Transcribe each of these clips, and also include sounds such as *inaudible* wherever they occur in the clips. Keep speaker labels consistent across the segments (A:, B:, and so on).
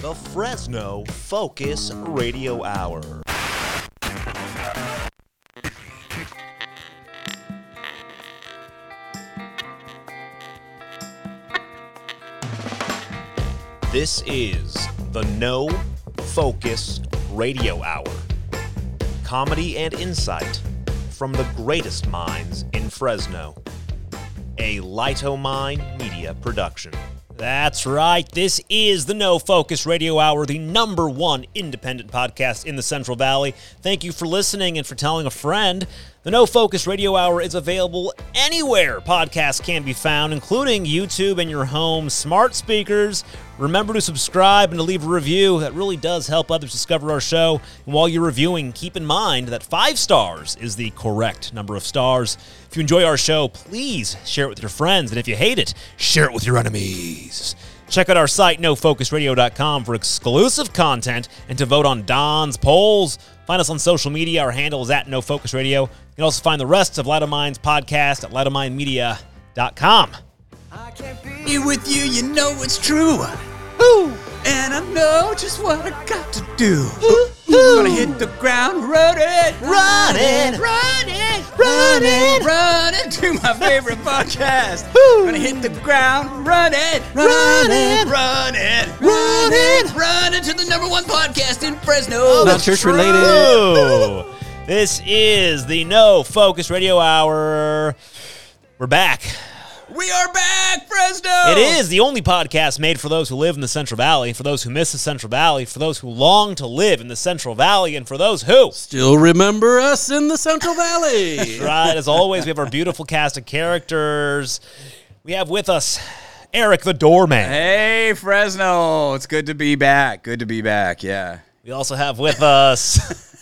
A: the Fresno Focus Radio Hour. This is the No Focus Radio Hour. Comedy and insight from the greatest minds in Fresno. A Lightomine Media production.
B: That's right. This is the No Focus Radio Hour, the number one independent podcast in the Central Valley. Thank you for listening and for telling a friend. The No Focus Radio Hour is available anywhere podcasts can be found, including YouTube and your home smart speakers. Remember to subscribe and to leave a review. That really does help others discover our show. And while you're reviewing, keep in mind that five stars is the correct number of stars. If you enjoy our show, please share it with your friends. And if you hate it, share it with your enemies. Check out our site, nofocusradio.com, for exclusive content and to vote on Don's polls. Find us on social media. Our handle is at nofocusradio. You can also find the rest of Light of Mind's podcast at lightofmindmedia.com.
C: be with you, you know it's true. Woo! And I know just what I got to do. Gonna hit the ground running,
B: Running.
C: running, running, running to my favorite podcast. Gonna hit the ground running,
B: Running.
C: running, running, running to the number one podcast in Fresno.
B: Oh,
D: Not church related. *laughs*
B: Ooh. this is the No Focus Radio Hour. We're back.
C: we are back, Fresno.
D: Oh.
B: It is the only podcast made for those who live in the Central Valley, for those who miss the Central Valley, for those who long to live in the Central Valley, and for those who.
D: Still remember us in the
B: *laughs*
D: Central Valley.
B: Right, as always, we have our beautiful cast of characters. We have with us Eric the Doorman.
C: Hey, Fresno. It's good to be back. Good to be back. Yeah.
B: We also have with us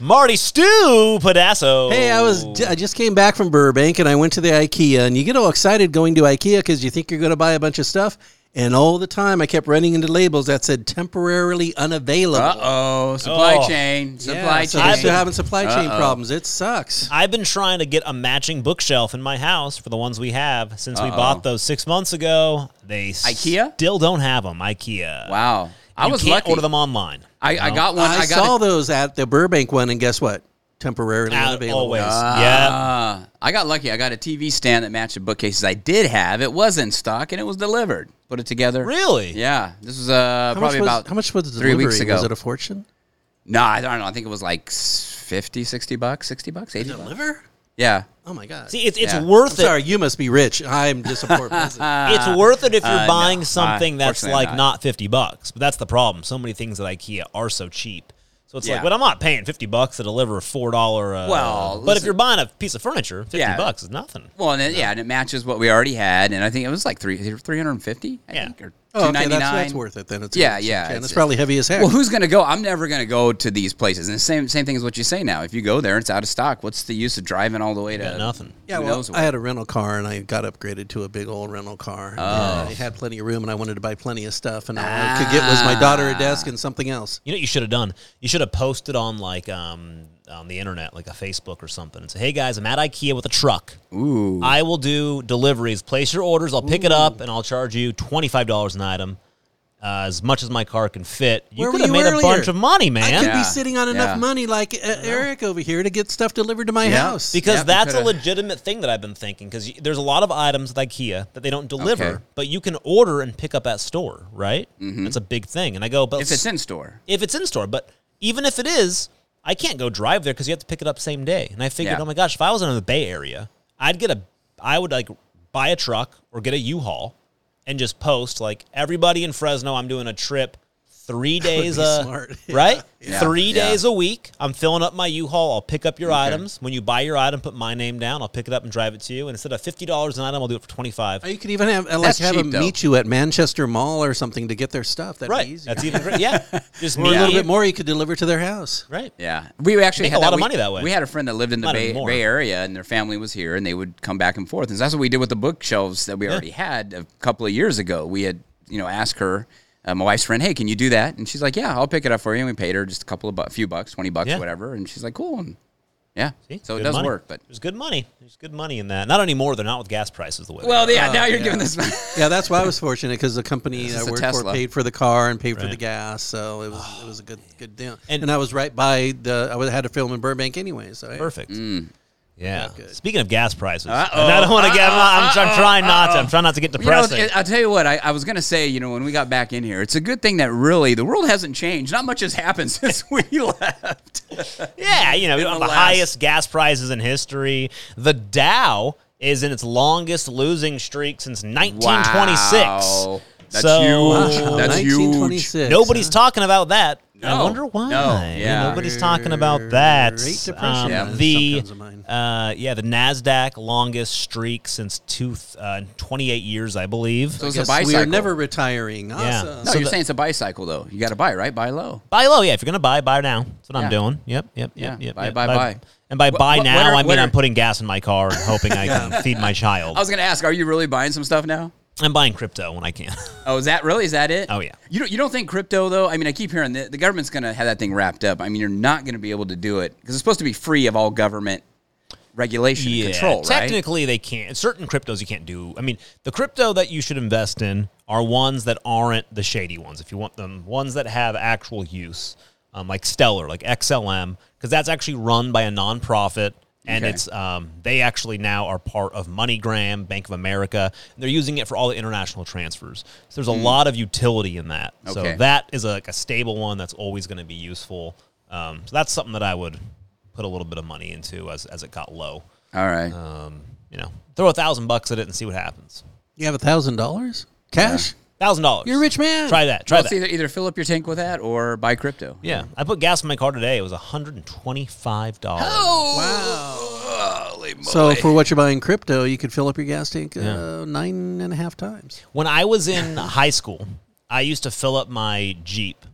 B: Marty Stu Pedasso.
D: Hey, I was I just came back from Burbank and I went to the IKEA and you get all excited going to IKEA because you think you're going to buy a bunch of stuff and all the time I kept running into labels that said temporarily unavailable.
C: Uh oh, supply
B: Oh.
C: chain,
D: Yeah,
C: supply
D: so
C: chain.
D: they're still having supply chain
C: Uh-oh.
D: problems. It sucks.
B: I've been trying to get a matching bookshelf in my house for the ones we have since we
C: Uh-oh.
B: bought those six months ago. They
C: IKEA?
B: still don't have them. IKEA.
C: wow, I
B: You
C: was
B: can't
C: lucky.
B: order them online.
C: I, I got one. I,
D: I,
C: got
D: saw
C: a-
D: those at the Burbank one and guess what? Temporarily
B: Out-
D: unavailable.
B: Uh, always. yeah.
C: Ah, I got lucky. I got a TV stand that matched the bookcases I did have. It was in stock and it was delivered. Put it together.
B: Really?
C: Yeah. This was uh,
D: How much,
C: probably
D: was,
C: about
D: how much was the
C: three
D: delivery?
C: weeks ago.
D: Was it a fortune?
C: no, I don't know. I think it was like s- 50, 60 bucks, 60 bucks, 80 bucks.
D: Deliver?
C: Yeah.
D: Oh my god.
B: See, it's, it's
C: Yeah.
B: worth
D: I'm
B: it.
D: sorry, you must be rich. I'm
B: *laughs*
D: disappointed.
B: it's worth it if you're
C: uh,
B: buying
C: no.
B: something that's
C: Unfortunately
B: like
C: not.
B: not 50 bucks. But that's the problem. So many things at IKEA are so cheap. So it's like,
C: Yeah.
B: but I'm not paying 50 bucks to deliver a $4. Uh,
C: Well,
B: but if
C: listen-
B: you're buying a piece of furniture, 50
C: Yeah.
B: bucks is nothing.
C: Well, and it, yeah, and it matches what we already had. And I think it was like three, 350, I
B: Yeah.
C: think, or
D: Oh, okay,
C: 299.
D: that's, that's worth it then. It's
C: Yeah,
D: it's-
C: yeah,
D: okay, and
C: it's-
D: it's probably heavy as heck.
C: Well, who's going to go? I'm never going to go to these places. And the same same thing as what you say now. If you go there and it's out of stock, what's the use of driving all the way to
B: got nothing.
D: yeah,
C: who
D: well,
C: knows
D: I had a rental car and I got upgraded to a big old rental car. Oh. I had plenty of room and I wanted to buy plenty of stuff, and all I could get was my daughter a
C: Ah.
D: desk and something else.
B: You know what you should have done? You should have posted on like um on the internet, like a Facebook or something, and say, "Hey guys, I'm at IKEA with a truck.
C: Ooh.
B: I will do deliveries. Place your orders. I'll pick it up, and I'll charge you twenty five dollars an item, uh, as much as my car can fit. You
D: Where
B: could
D: were
B: have
D: you
B: made a
D: earlier?
B: bunch of money,
D: I
B: man.
D: could
C: Yeah,
D: be sitting on enough
C: yeah.
D: money like uh, Eric over here to get stuff delivered to my
C: Yeah.
D: house.
B: Because
C: Yep, you
B: that's a
C: coulda.
B: legitimate thing that I've been thinking. Because there's a lot of items at IKEA that they don't deliver,
C: Okay.
B: but you can order and pick up at store, right? That's a big thing. And I go, but
C: Mm-hmm. if it's in store.
B: if it's in store. But even if it is, I can't go drive there because you have to pick it up same day. And I figured,
C: Yeah.
B: oh my gosh, if I was in the Bay Area, I'd get a, I would like buy a truck or get a U-Haul and just post like everybody in Fresno. I'm doing a trip,
D: *laughs*
B: three days,
D: be
B: uh,
D: smart.
B: right?
C: Yeah.
B: Three
C: Yeah.
B: days a week. I'm filling up my U-Haul. I'll pick up your items. When you buy your item, put my name down. I'll pick it up and drive it to you. And instead of fifty dollars an item, I'll do it for twenty five.
D: Or you could even have uh, like
C: That's
D: have
C: cheap,
D: them
C: though.
D: meet you at Manchester Mall or something to get their stuff. That'd
B: Right.
D: be easier.
B: That's even great.
D: *laughs*
B: Yeah. Just
D: or a
B: me
D: little bit more, you could deliver to their house.
B: Right.
C: Yeah, we actually
B: Make
C: had
B: a lot
C: that.
B: of
C: We-
B: money that way.
C: We had a friend that lived in the
B: Not
C: Bay,
B: anymore.
C: Bay Area, and their family was here, and they would come back and forth, and that's what we did with the bookshelves that we already had a couple of years ago. We had, you know, asked her, uh, my wife's friend, hey, can you do that? And she's like, yeah, I'll pick it up for you. And we paid her just a couple of bu- few bucks, twenty bucks,
B: Yeah.
C: whatever, and she's like, cool. And Yeah.
B: See?
C: So it
B: Good
C: does
B: money.
C: work, but
B: there's good money. There's good money in that. Not anymore. They're not with gas prices the way. they
C: well, Oh, yeah. now you're giving this.
D: Yeah, that's why I was fortunate because the company I
C: is a
D: worked for
C: Tesla.
D: paid for the car and paid for the
B: Right.
D: gas, so it was it was
C: *sighs*
D: a good good deal.
B: And-
D: And, I was right by the I was- had a film in Burbank anyway, so I-
B: are. perfect. Yeah.
D: Good.
B: Speaking of gas prices,
C: mm. Uh-oh.
B: and I don't want to get. I'm, not- I'm,
C: Uh-oh.
B: I'm trying not. To, I'm
C: Uh-oh.
B: trying not to get
C: You know,
B: depressing.
C: it- uh, I'll tell you what, I, I was going to say, you know, when we got back in here, it's a good thing that really the world hasn't changed. Not much has happened *laughs* since we left.
B: Yeah, you know, we
C: In
B: don't have
C: the
B: the
C: last-
B: highest gas prices in history. The Dow is in its longest losing streak since 1926.
C: Wow. That's huge.
B: so uh,
D: Wow,
C: That's huge.
D: 1926.
B: nobody's
D: huh?
B: talking about that. I
C: No.
B: wonder why.
C: No, yeah.
B: Nobody's talking about that.
D: Great Depression
B: Um,
C: Yeah.
B: The
D: comes to mind.
B: uh, yeah, the Nasdaq longest streak since two uh, 28 years, I believe.
C: So it's a
D: Yes,
C: bicycle.
D: we are never retiring. Awesome.
C: No,
B: So
C: you're
B: the-
C: saying it's a bicycle though. You got to buy right, buy low.
B: buy low, yeah. If you're gonna buy, buy now. That's what I'm
C: Yeah.
B: doing. Yep, yep,
C: Yeah,
B: yep, yep.
C: buy,
B: yep.
C: buy, buy.
B: And by
C: Wh-
B: buy
C: wh- what
B: now,
C: are-
B: I mean
C: what
B: I'm
C: are-
B: putting gas in my car and hoping
C: *laughs*
B: I can feed my child.
C: I was going to ask, are you really buying some stuff now?
B: I'm buying crypto when I can.
C: Oh, is that really? Is that it?
B: Oh, yeah.
C: You don't, you don't think crypto though? I mean, I keep hearing that the government's going to have that thing wrapped up. I mean, you're not going to be able to do it because it's supposed to be free of all government regulation and control, right?
B: Technically, they can't. Certain cryptos you can't do. I mean, the crypto that you should invest in are ones that aren't the shady ones. If you want them, ones that have actual use, um, like Stellar, like XLM, because that's actually run by a nonprofit. And
C: Okay.
B: it's um, they actually now are part of MoneyGram, Bank of America. And they're using it for all the international transfers. So there's a lot of utility in that.
C: Hmm. Okay.
B: So that is a, like a stable one that's always going to be useful. Um, so that's something that I would put a little bit of money into as as it got low
C: All right.
B: um, you know, throw a thousand bucks at it and see what happens.
D: You have a thousand dollars cash.
B: Thousand dollars.
D: You're a rich man.
B: Try that. Try
C: well,
B: that.
C: it's either, either fill up your tank with that or buy crypto.
B: yeah, I put gas in my car today. It was one hundred and twenty-five dollars.
C: Wow. Holy moly.
D: So for what you're buying crypto, you could fill up your gas tank uh, nine and a half times.
B: When I was in high school, I used to fill up my Jeep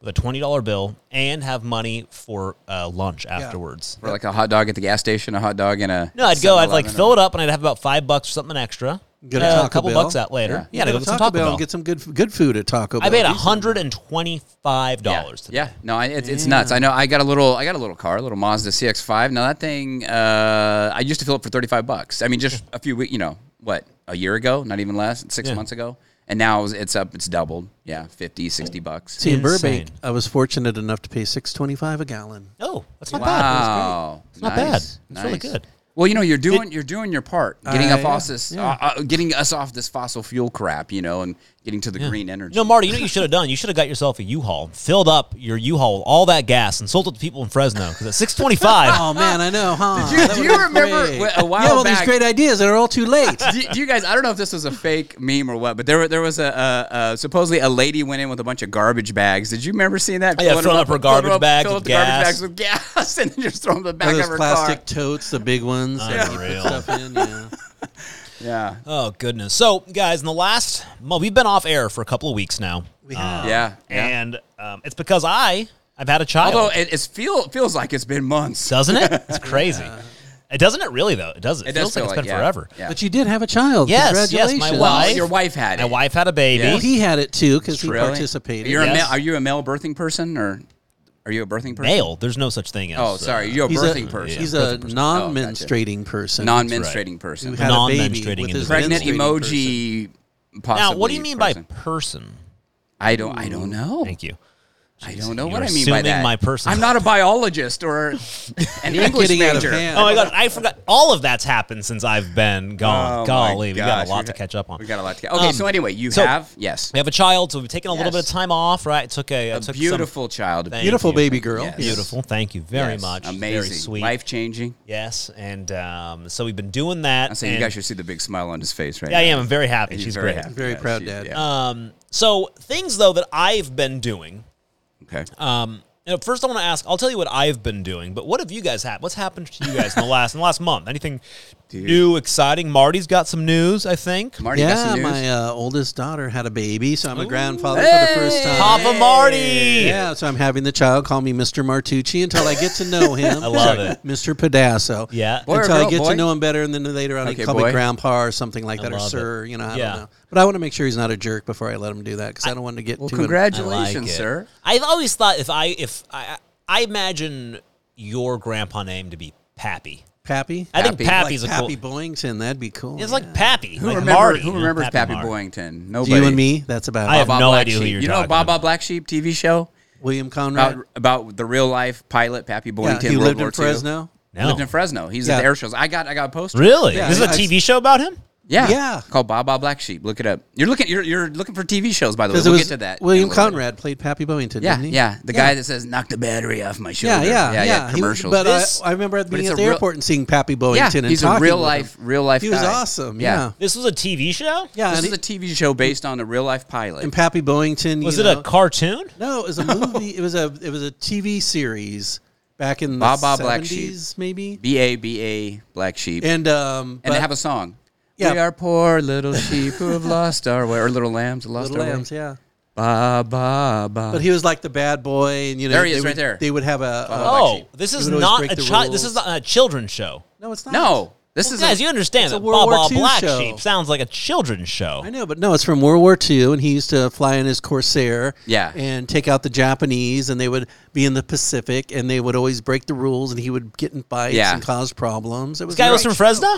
B: with a twenty-dollar bill and have money for uh, lunch afterwards.
C: Or like a hot dog at the gas station, a hot dog in a.
B: No, I'd go. I'd like
C: 7-Eleven or-
B: fill it up, and I'd have about five bucks or something extra.
D: Get a
B: Uh,
D: Taco
B: couple
D: Bell.
B: bucks out later. Yeah,
D: You
B: I'd go
D: to
B: get some Taco Bell.
D: and get some good good food at Taco Bell.
B: I paid
D: These-
B: one hundred and twenty-five dollars.
C: Yeah, yeah. no, I, it's, it's nuts. I know. I got a little. I got a little car, a little Mazda CX-5. Now that thing, uh, I used to fill it for thirty-five bucks. I mean, just a few weeks. You know what? A year ago, not even less, six
B: Yeah.
C: months ago, and now it's- it's up. It's doubled. Yeah, 50, 60 bucks.
D: See, in Burbank,
B: Insane.
D: I was fortunate enough to pay six twenty five a gallon.
B: Oh, that's not bad.
C: Wow,
B: It's not bad.
C: Nice.
B: It's really
C: nice.
B: good.
C: Well, you know, you're doing you're doing your part, getting
D: Uh,
C: up off
D: yeah,
C: this,
D: yeah.
C: uh, uh, getting us off this fossil fuel crap, you know, and getting to the green energy.
B: No, Marty, you know what you should have done? You should have got yourself a U-Haul, filled up your U-Haul with all that gas, and sold it to people in Fresno. Because at 625,
D: *laughs* Oh man, I know, huh?
C: you-
D: That
C: do
D: would've
C: you
D: been
C: remember
D: great.
C: wh- a while
D: Yeah, well,
C: back-
D: these great ideas that are all
C: *laughs*
D: too late.
C: do, do you guys? I don't know if this was a fake meme or what, but there were- there was a uh, uh, supposedly a lady went in with a bunch of garbage bags. Did you remember seeing that?
B: Oh, yeah,
C: Filling
B: filling up her garbage
C: filling
B: bags with
C: filling up the garbage
B: gas.
C: bags with gas, *laughs* and then just throwing them back
D: Or
C: of
D: those
C: her
D: plastic
C: car.
D: totes, the big ones. that you put
B: Unreal.
D: stuff in, yeah.
C: Yeah,
B: *laughs* oh goodness. So, guys, in the last, well, we've been off air for a couple of weeks now,
D: We have.
B: Oh,
C: yeah, yeah.
B: and um, it's because I, I've had a child,
C: Although it it's feel feels like it's been months.
B: doesn't
C: *laughs*
B: it? It's crazy. It doesn't it really though? It does. It,
C: It
B: feels
C: does
B: like
C: feel
B: it's been
C: like, yeah,
B: forever.
C: *laughs* yeah.
D: But you did have a child.
B: Yes, yes,
D: Congratulations.
B: my
C: Well,
B: wife-
C: your wife had
B: My
C: it.
B: wife had a baby.
C: Yeah.
D: He had it too because he
C: Really?
D: participated.
C: You're a
B: Yes.
C: male, are you a male birthing person or are you a birthing person?
B: Male. There's no such thing as. uh,
C: Oh, sorry, you're a
D: He's
C: birthing
D: a,
C: person.
D: He's a non-menstruating person.
C: non-menstruating person.
D: who had a baby
B: Non-menstruating
D: with his
C: Pregnant
D: menstruating person.
C: emoji. Possibly
B: now, what do you mean
C: person.
B: by person?
C: I don't. I don't know.
B: Thank you.
C: I don't know
B: You're
C: what I mean by
B: assuming
C: that.
B: my person-
C: I'm not a
B: *laughs*
C: biologist or an English
D: getting out of
C: major.
D: hand.
B: Oh my god, I
C: *laughs*
B: forgot. All of that's happened since I've been gone.
C: Oh, my
B: Golly, we got
C: gosh.
B: a lot to catch up on.
C: We got a lot to get. Okay,
B: Um,
C: so anyway, you
B: so-
C: have yes,
B: We have a child, so we've taken a little bit of
C: Yes.
B: time off, right? Took a, I
C: a
B: took some-
C: beautiful child,
B: Thank
D: Beautiful
B: you.
D: baby girl.
C: Yes.
B: beautiful. Thank you very
C: Yes,
B: much.
C: amazing,
B: very sweet.
C: life changing.
B: Yes, and um, so we've been doing that.
C: I say you
B: and-
C: guys should see the big smile on his face right
B: Yeah,
C: now.
B: I am. I'm very happy.
C: He's
B: She's
C: very
B: great.
C: happy.
D: Very
C: Yeah,
D: proud
C: she's-
D: dad.
C: yeah.
B: Um, so things though that I've been doing.
C: Okay.
B: Um, you know, first I want to ask. I'll tell you what I've been doing, but what have you guys had? What's happened to you guys in the last in the last month? Anything new, exciting? Marty's got some news, I think.
C: Marty got
D: Yeah,
C: some news.
D: my uh, oldest daughter had a baby, so I'm a grandfather for the first time.
B: Papa Marty.
D: Yeah, so I'm having the child call me Mr. Martucci until I get to know him. I
B: love it.
D: Mr. Pedasso.
B: Yeah. Boy
C: or
D: until
C: girl,
D: I get
C: boy?
D: to know him better, and then later on, he
C: Okay,
D: call
C: boy.
D: me grandpa or something like that, or
B: love
D: sir. You know, I
B: Yeah.
D: don't know. But I want to make sure he's not a jerk before I let him do that because I, don't want to get
C: well,
D: too.
C: congratulations,
B: I like it.
C: sir.
B: I've always thought if I if I I imagine your grandpa name to be Pappy.
D: Pappy.
B: I think
C: Pappy.
B: Pappy's
D: like
B: a cool.
D: Pappy Boington. That'd be cool.
B: It's like
D: yeah.
B: Pappy.
C: Who,
B: like
C: remember,
B: Marty,
C: who
B: you know,
C: remembers Pappy,
B: Marty.
C: Boyington? Nobody.
D: you and me. That's about.
B: I
D: it.
B: have
C: Bob
B: no
C: Black
B: idea who
C: Sheep.
B: you're
C: You know
B: talking
C: Bob
B: about.
C: Bob Black Sheep TV show
D: William Conrad.
C: about, about the real life pilot Pappy Boyington.
D: yeah, he
C: World
D: lived
C: War
D: in Fresno.
C: II.
B: No.
C: Lived in Fresno. He's at
D: Yeah.
C: the air shows. I got I got a poster.
B: Really?
D: Yeah,
B: this is
D: I-
B: a TV show about him?
C: Yeah.
D: Yeah.
C: Called Bob Bob Black Sheep. Look it up. You're looking you're, you're looking for TV shows by the way.
D: Because it
C: We'll
D: was
C: get to that. in a
D: William
C: little bit.
D: Conrad played Pappy Boington.
C: Yeah,
D: didn't he?
C: yeah. The guy that says knock the battery off my shoulder.
D: Yeah, yeah, yeah. He was-
C: commercials.
D: but I-
B: This-
D: I, remember at being
C: it's
D: at
C: a
D: the
C: real-
D: airport and seeing Pappy Boington.
C: yeah,
D: and
C: he's a
D: talking
C: real
D: with
C: life
D: him.
C: real life
D: He was
C: guy.
D: awesome. Yeah,
B: This was a TV show?
D: yeah.
C: This
D: and,
C: is a
D: he-
C: TV show based on a real life pilot.
D: and Pappy Boington.
B: Was
D: you
B: it
D: know-
B: a cartoon?
D: No, it was
C: *laughs*
D: a movie. It was a it was a TV series back in the
C: Ba Ba Black
D: seventies, maybe.
C: B A B A Black Sheep. And,
D: And um,
C: they
D: but-
C: have a song.
D: Yeah.
C: We are poor little sheep who
D: *laughs*
C: have lost our way, or little lambs who lost
D: Little
C: our
D: Lambs, yeah.
C: way. Ba ba ba.
D: But he was like the bad boy, and you know
C: There he
D: they
C: is,
D: would,
C: right there.
D: They would have a, a
B: Oh, this
D: He
B: is
D: would always
B: not
D: break
B: a
D: the
B: child. This is
D: rules.
B: not a children's show.
D: no, it's not.
C: no, this is
B: Guys,
C: a,
B: you understand
D: it's a
B: that
D: World War
B: Baba
D: II
B: Black
D: show.
B: Sheep sounds like a children's show.
D: I know, but no, it's from World War II, and he used to fly in his Corsair,
C: Yeah.
D: and take out the Japanese, and they would be in the Pacific, and they would always break the rules, and he would get in fights
C: Yeah.
D: and cause problems. It was
B: This guy was
D: great.
B: from Fresno?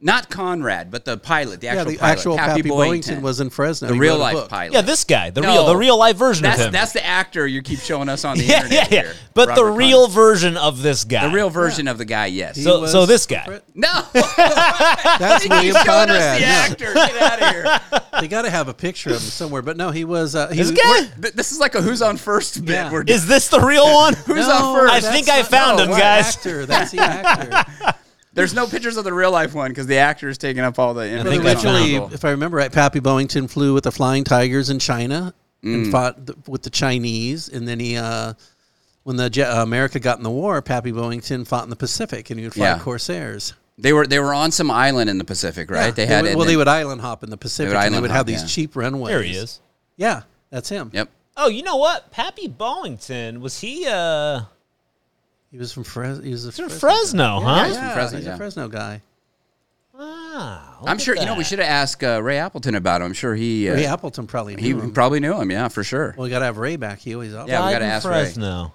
C: not Conrad, but the pilot, the
D: yeah,
C: actual
D: the
C: pilot.
D: actual
C: Happy
D: Pappy Boyington was in Fresno,
C: the
D: He
C: real
D: wrote a
C: life
D: book.
C: pilot.
B: Yeah, this guy. The
C: No.
B: real the real life version
C: That's
B: of him.
C: that's the actor you keep showing us on
D: *laughs*
B: *laughs*
C: the
B: yeah, yeah,
C: internet.
B: yeah.
C: here,
B: But the
C: Robert
B: real version of this guy.
C: Conrad. the real version of the guy. Yes.
D: He
B: So- so
D: was
B: this guy.
D: Fre-
C: no,
D: *laughs*
C: *laughs*
B: *laughs*
D: that's William
C: showing us
D: Conrad.
C: the
D: Yeah.
C: actor. Get out of
D: *laughs*
C: here.
D: They got to have a picture of him somewhere, but no, he was uh, he
B: This
D: was-
B: guy?
C: Th- This is like a who's on first bit.
D: Yeah.
C: We're doing.
B: Is this the *laughs* real one?
C: Who's
D: No,
C: on first?
B: I
D: that's
B: think I
D: not-
B: found
D: no,
B: him,
D: what
B: guys.
D: Actor, that's the actor.
C: There's no pictures of the real life one because the actor is taking up all the. I
D: But originally, if I remember right, Pappy Boeington flew with the Flying Tigers in China
C: Mm.
D: and fought th- with the Chinese. And then he, uh, when the Je- uh, America got in the war, Pappy Boeington fought in the Pacific and he would fly
C: Yeah.
D: Corsairs.
C: They were they were on some island in the Pacific, right?
D: Yeah,
C: They had
D: would,
C: it.
D: well,
C: and-
D: they would island hop in the Pacific and they
C: island
D: would
C: hop,
D: have these
C: yeah.
D: cheap runways.
B: There he is.
D: Yeah, that's him.
C: Yep.
B: Oh, you know what? Pappy Bollington, was he uh
D: He was from Fres- he was a
B: he was
D: Fresno.
B: in Fresno, huh?
C: he's from
D: Yeah,
C: Fresno,
D: he's
C: yeah.
D: a Fresno guy.
B: Wow. look
C: I'm
B: at
C: sure you know we
B: that.
C: should have asked uh, Ray Appleton about him. I'm sure he uh,
D: Ray Appleton probably
C: he
D: knew him.
C: probably knew him. Yeah, for sure.
D: well, we got to have Ray back. He always offers.
C: Yeah, we
B: Died
C: gotta
B: in
C: ask Ray.
B: Fresno.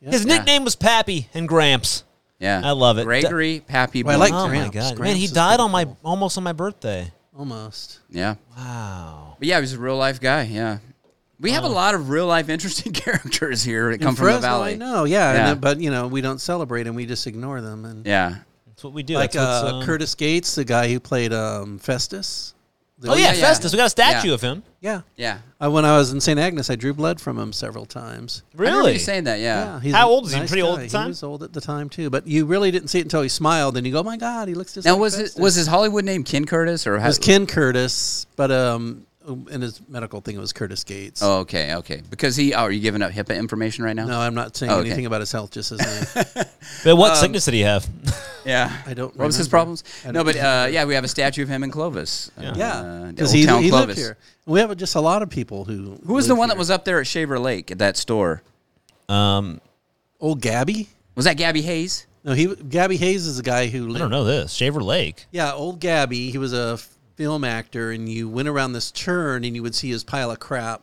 B: His nickname was Pappy and Gramps.
C: yeah,
B: I love it.
C: Gregory Pappy.
D: Well, I like
C: Boyd.
B: Oh my
D: Gramps.
B: god. Man,
D: Gramps
B: he
D: is
B: died
D: pretty
B: on my
D: cool.
B: almost on my birthday.
D: Almost.
C: yeah,
B: Wow.
C: but yeah, he was a real life guy. Yeah, we have a lot of real life interesting *laughs* characters here that come
D: In
C: from the
D: Fresno,
C: valley.
D: I know, yeah.
C: Yeah.
D: And, uh, but, you know, we don't celebrate and we just ignore them. And
C: Yeah,
B: That's what we do.
D: like
B: That's what's,
D: uh,
B: um,
D: Curtis Gates, the guy who played um, Festus.
B: Oh yeah,
C: yeah, yeah.
B: Festus. We got a statue
C: Yeah.
B: of him.
D: yeah.
C: yeah.
D: I, when I was in St. Agnes, I drew blood from him several times.
C: I remember
B: Really?
C: you saying that. Yeah.
D: Yeah, he's
B: How
D: a
B: old is he? Pretty old
D: guy.
B: at the time?
D: He was old at the time too, but you really didn't see it until he smiled, and you go, "Oh my God, he looks just."
C: Now
D: like
C: was it
D: Festus."
C: was his Hollywood name Ken Curtis or
D: It was Ken Curtis, but um, in his medical thing, it was Curtis Gates.
C: Oh, okay, okay. Because he, oh, are you giving up HIPAA information right now?
D: No, I'm not saying
C: Oh, okay.
D: anything about his health,
B: *laughs*
D: just his
B: Uh,
D: name.
B: But
C: um,
B: what sickness did he have? *laughs*
C: Yeah.
D: I don't
C: What was his
D: remember.
C: problems?
D: I
C: No,
D: don't
C: but uh, yeah, we have a statue of him in Clovis. Uh,
D: yeah,
C: the
D: because
C: old
D: he,
C: town
D: he lived
C: Clovis.
D: here. We have just a lot of people who.
C: Who was the one that was up there at Shaver Lake at that store?
B: Um,
D: old Gabby?
C: Was that Gabby Hayes?
D: No, he Gabby Hayes is a guy who lived
B: I don't know this. Shaver Lake.
D: Yeah, old Gabby. He was a film actor, and you went around this churn, and you would see his pile of crap.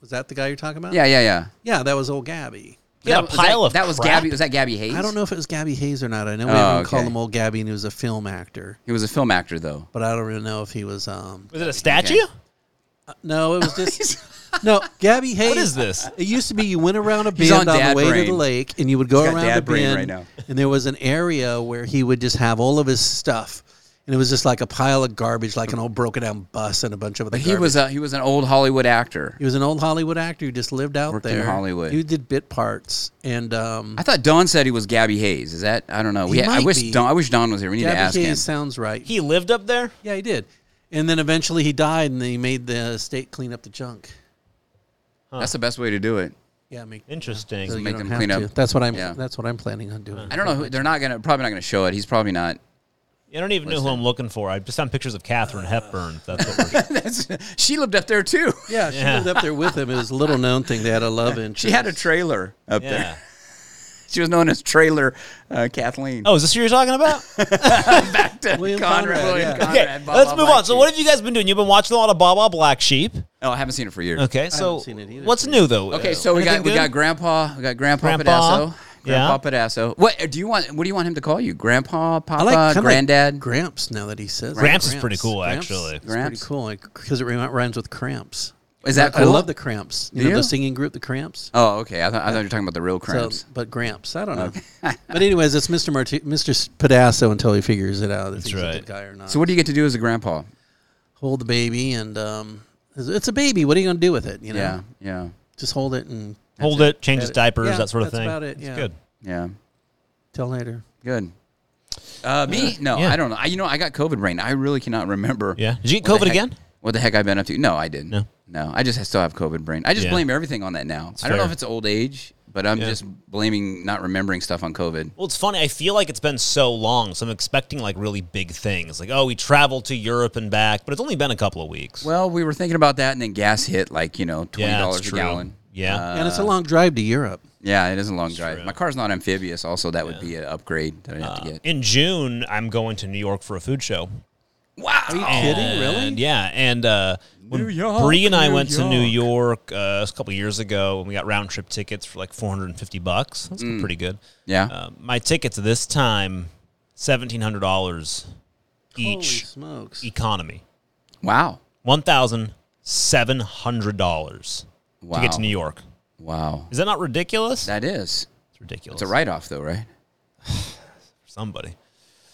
D: Was that the guy you're talking about?
C: Yeah, yeah, yeah.
D: yeah, that was old Gabby.
B: Yeah,
C: that,
B: a pile
C: that,
B: of
C: that was
B: crap.
C: Gabby. Was that Gabby Hayes?
D: I don't know if it was Gabby Hayes or not. I know we
C: Oh,
D: everyone called
C: okay.
D: him old Gabby, and he was a film actor,
C: He was a film actor though.
D: but I don't really know if he was. Um,
B: Was it a statue?
D: no, it
C: *laughs*
D: was just no Gabby Hayes.
B: is
C: uh,
B: this?
D: It used to be you went around a
C: He's
D: bend
C: on
D: on, the
C: dad
D: way to
C: brain.
D: the lake, and you would go
C: He's got
D: around
C: dad
D: the
C: brain
D: bend,
C: right now.
D: and there was an area where he would just have all of his stuff. And it was just like a pile of garbage, like an old broken down bus and a bunch of other.
C: But he
D: garbage.
C: was a, he was an old Hollywood actor.
D: He was an old Hollywood actor who just lived out
C: Worked in
D: there.
C: Hollywood.
D: He did bit parts, and um,
C: I thought Don said he was Gabby Hayes. Is that I don't know. We
D: He
C: ha- I
D: might
C: wish
D: be.
C: Don, I wish Don was here. We need to
D: Gabby
C: ask
D: Hayes
C: him.
D: sounds right.
B: He lived up there.
D: yeah, he did. And then eventually he died, and they made the estate clean up the junk.
C: That's the best way to do it.
D: Yeah, make
B: Interesting.
D: so you
C: make
D: don't
C: them
D: have
C: clean up.
D: to. That's what I'm.
C: Yeah.
D: That's what I'm planning on doing.
C: I don't know. Who, they're not gonna probably not gonna show it. He's probably not. *laughs*
B: I don't even know who I'm looking for. I just found pictures of Catherine Hepburn. That's
C: *laughs*
B: what we're.
C: That's, she lived up there too.
D: *laughs* Yeah, she
B: Yeah.
D: lived up there with him. It was a little known thing. They had a love
C: *laughs*
D: interest.
C: She had a trailer up there.
B: Yeah.
C: She was known as Trailer uh, Kathleen.
B: Oh, is this who you're talking about?
D: William
C: *laughs* Conrad,
D: Conrad,
C: William
D: yeah.
C: Conrad,
B: Okay,
C: Bob
B: let's
C: Bob
B: move
C: Black
B: on. So,
C: Sheep.
B: what have you guys been doing? You've been watching a lot of Baba Black Sheep.
C: Oh, I haven't seen it for years.
B: Okay, so
D: seen it either.
B: what's new though?
C: Okay,
B: Uh,
C: so we got
B: anything
C: we
B: good?
C: got Grandpa, we got Grandpa,
B: Grandpa.
C: Grandpa Grandpa,
B: Yeah.
C: Grandpa Pedasso. What do you want? What do you want him to call you? Grandpa, Papa,
D: I like kinda like
C: uh, Granddad.
D: Gramps. Now that he says
B: Gramps is pretty cool, actually.
D: It's pretty
C: Gramps.
D: cool because it rhyme- rhymes with cramps.
C: Is that
D: I
C: cool?
D: love the Cramps. You
C: Do
D: know
C: you?
D: the singing group, the Cramps.
C: oh, okay. I, thought I thought you were talking about the real cramps.
D: So, but Gramps, I don't know. *laughs* but anyways, it's Mr. Marti- Mr. S- Pedasso until he figures it out if he's
B: right.
D: a good guy or not.
C: So, what do you get to do as a grandpa?
D: hold the baby and um, it's- it's a baby. What are you gonna do with it? You know,
C: Yeah, yeah,
D: just hold it and
B: Hold it, change his
D: it.
B: diapers,
D: Yeah,
B: that sort of
D: that's
B: thing.
D: about it,
B: It's
D: yeah.
B: good.
C: yeah.
D: till later.
C: Good. Uh, me? No,
B: yeah.
C: I don't know. I, you know, I got COVID brain. I really cannot remember.
B: Yeah. Did you get
C: what the
B: COVID
C: heck-
B: again?
C: What the heck I've been up to? No, I didn't.
B: No.
C: No, I just still have COVID brain. I just
B: Yeah.
C: blame everything on that now. I don't know
B: fair.
C: if it's old age, but I'm
B: Yeah.
C: just blaming not remembering stuff on COVID.
B: Well, it's funny. I feel like it's been so long, so I'm expecting like really big things. Like, oh, we traveled to Europe and back, but it's only been a couple of weeks.
C: Well, we were thinking about that, and then gas hit like you know twenty
B: yeah,
C: dollars
B: it's
C: a
B: true.
C: gallon. Uh,
B: Yeah.
D: and it's a long drive to Europe.
C: Yeah, it is a long drive. My car's not amphibious. Also, that would be an upgrade that I have to get.
B: in June, I'm going to New York for a food show.
C: Wow. Are you
D: Kidding,
B: And
D: really?
B: yeah, and uh, when
C: New York,
B: Bree and I
C: New
B: went to New York uh, a couple years ago, and we got round trip tickets for like 450 bucks. That's
C: Mm.
B: pretty good.
C: Yeah.
B: Uh, my tickets this time, seventeen hundred dollars
D: Holy
B: each
D: smokes!
B: economy,
C: wow.
B: one thousand seven hundred dollars to get
C: Wow.
B: to New York.
C: Wow.
B: Is that not ridiculous?
C: That is.
B: It's ridiculous.
C: It's a write off, though, right?
B: for somebody.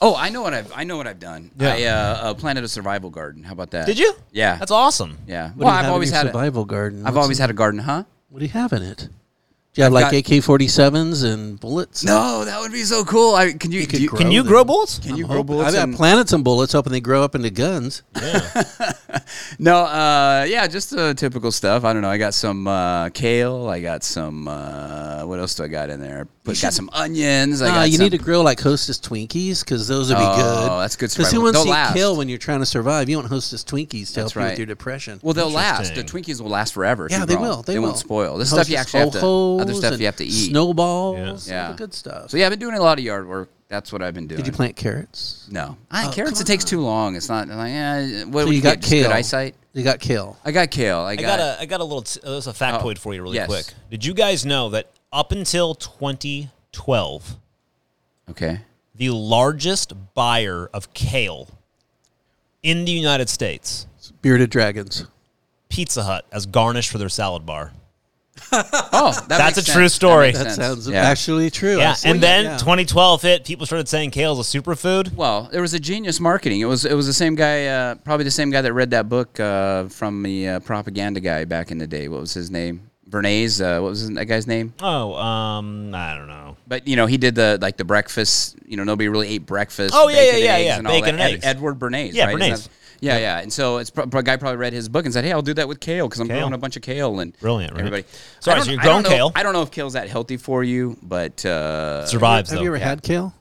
C: Oh, I know what I've I know what I've done.
B: Yeah.
C: I uh, uh, planted a survival garden. How about that?
B: Did you?
C: Yeah.
B: That's awesome.
C: Yeah.
D: What do
C: well,
D: you have
C: I've
D: in
C: always
D: your
C: had a,
D: survival garden.
C: I've
D: What's-
C: always had a garden, huh?
D: What do you have in it? Do you have like
C: got-
D: AK forty sevens and bullets?
C: No, that would be so cool. I can you,
D: could
C: do you
D: grow
B: Can you
D: Well,
B: grow
D: then-
B: bullets?
C: can you
D: I'm
C: grow
D: hoping-
C: bullets?
D: I've
C: and-
D: planted some bullets, hoping they grow up into guns.
C: no, uh, yeah, just the typical stuff. I don't know. I got some uh, kale. I got some. Uh, what else do I got in there? But got some onions. I
D: Uh,
C: got
D: you
C: some,
D: need to grill like Hostess Twinkies because those would be
C: Oh,
D: good.
C: that's good
D: Because who
C: survival.
D: wants
C: They'll
D: to eat
C: last.
D: kill when you're trying to survive? You want Hostess Twinkies to help you
C: right.
D: with your depression.
C: Well, they'll last. The
B: Interesting.
C: Twinkies will last forever. if
D: yeah,
C: you
D: they
C: grow 'em.
D: will. They,
C: They
D: will.
C: won't spoil. This stuff you
D: Hostess
C: actually have to. Other
D: Ho-Hos
C: stuff
D: and
C: you have to eat.
D: Snowballs.
B: Yeah.
D: Yeah.
C: Yeah.
D: the good stuff.
C: So yeah, I've been doing a lot of yard work. That's what I've been doing.
D: Did you plant carrots?
C: No, I, carrots. It takes too long. It's not like eh, what
D: So
C: do
D: you,
C: you
D: got
C: get? Just
D: kale.
C: Good eyesight.
D: You got kale.
C: I got kale. I
B: I
C: got,
B: got a I got a little t- uh, there's a factoid for you really
C: yes.
B: quick. Did you guys know that up until 2012,
C: okay.
B: the largest buyer of kale in the United States,
D: Bearded dragons.
B: Pizza Hut, as garnish for their salad bar.
C: Oh, that
B: That's
C: makes
B: a
C: sense.
B: true story.
C: makes
D: That
C: sense.
D: sounds
C: Yeah.
D: actually true. I
B: yeah,
D: see
B: and
D: that,
B: then
D: yeah.
B: 2012 hit, people started saying kale is a superfood.
C: Well, there was a genius marketing. It was it was the same guy, uh, probably the same guy that read that book uh, from the uh, propaganda guy back in the day. What was his name? Bernays. Uh, what was his, that guy's name?
B: Oh, um, I don't know.
C: But you know, he did the like the breakfast. You know, nobody really ate breakfast.
B: Oh, yeah,
C: bacon
B: yeah, yeah,
C: and eggs
B: yeah.
C: and all
B: Bacon and
C: that. Ed-
B: eggs.
C: Edward Bernays.
B: Yeah,
C: right?
B: Bernays.
C: Isn't that- Yeah, yeah, and so it's pro- a guy probably read his book and said, "Hey, I'll do that with kale because I'm
B: Kale.
C: growing a bunch of kale and
B: Brilliant, right?
C: everybody."
B: Sorry,
C: I don't-
B: so you're
C: I
B: growing
C: don't know-
B: kale.
C: I don't know if kale's that healthy for you, but uh, *laughs*
B: Survives
D: Have
B: though.
D: you ever had kale?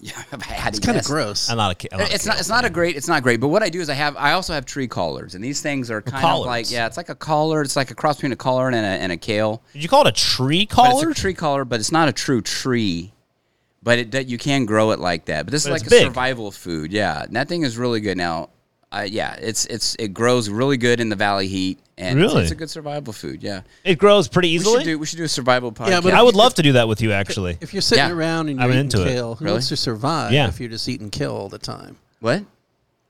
C: yeah, I've had
D: It's kind
C: yes.
D: of gross.
B: I'm not a, ki- I'm not a
C: It's
B: kale.
C: not. It's not a great. It's not great. But what I do is I have. I also have tree collars, and these things are kind of
B: collards.
C: like yeah. It's like a collar. It's like a cross between a collar and a, and a kale.
B: Did you call it a tree
C: But it's
B: collar?
C: a tree collar, but it's not a true tree. But it that you can grow it like that. But this
B: But
C: is
B: it's
C: like
B: big.
C: a survival food. Yeah, and that thing is really good now. I yeah, it's it's it grows really good in the valley heat, and it's-
B: Really?
C: it's, a good survival food. Yeah,
B: it grows pretty
C: we should
B: easily.
C: do we should do a survival podcast.
D: Yeah, but
B: I would love to do that with you actually.
D: if you're sitting
C: Yeah.
D: around and
B: I'm
D: you're
B: into
D: eating
B: it.
D: kale, who
C: Really?
D: wants to survive
B: Yeah.
D: if you're just eating kale all the time?
C: what?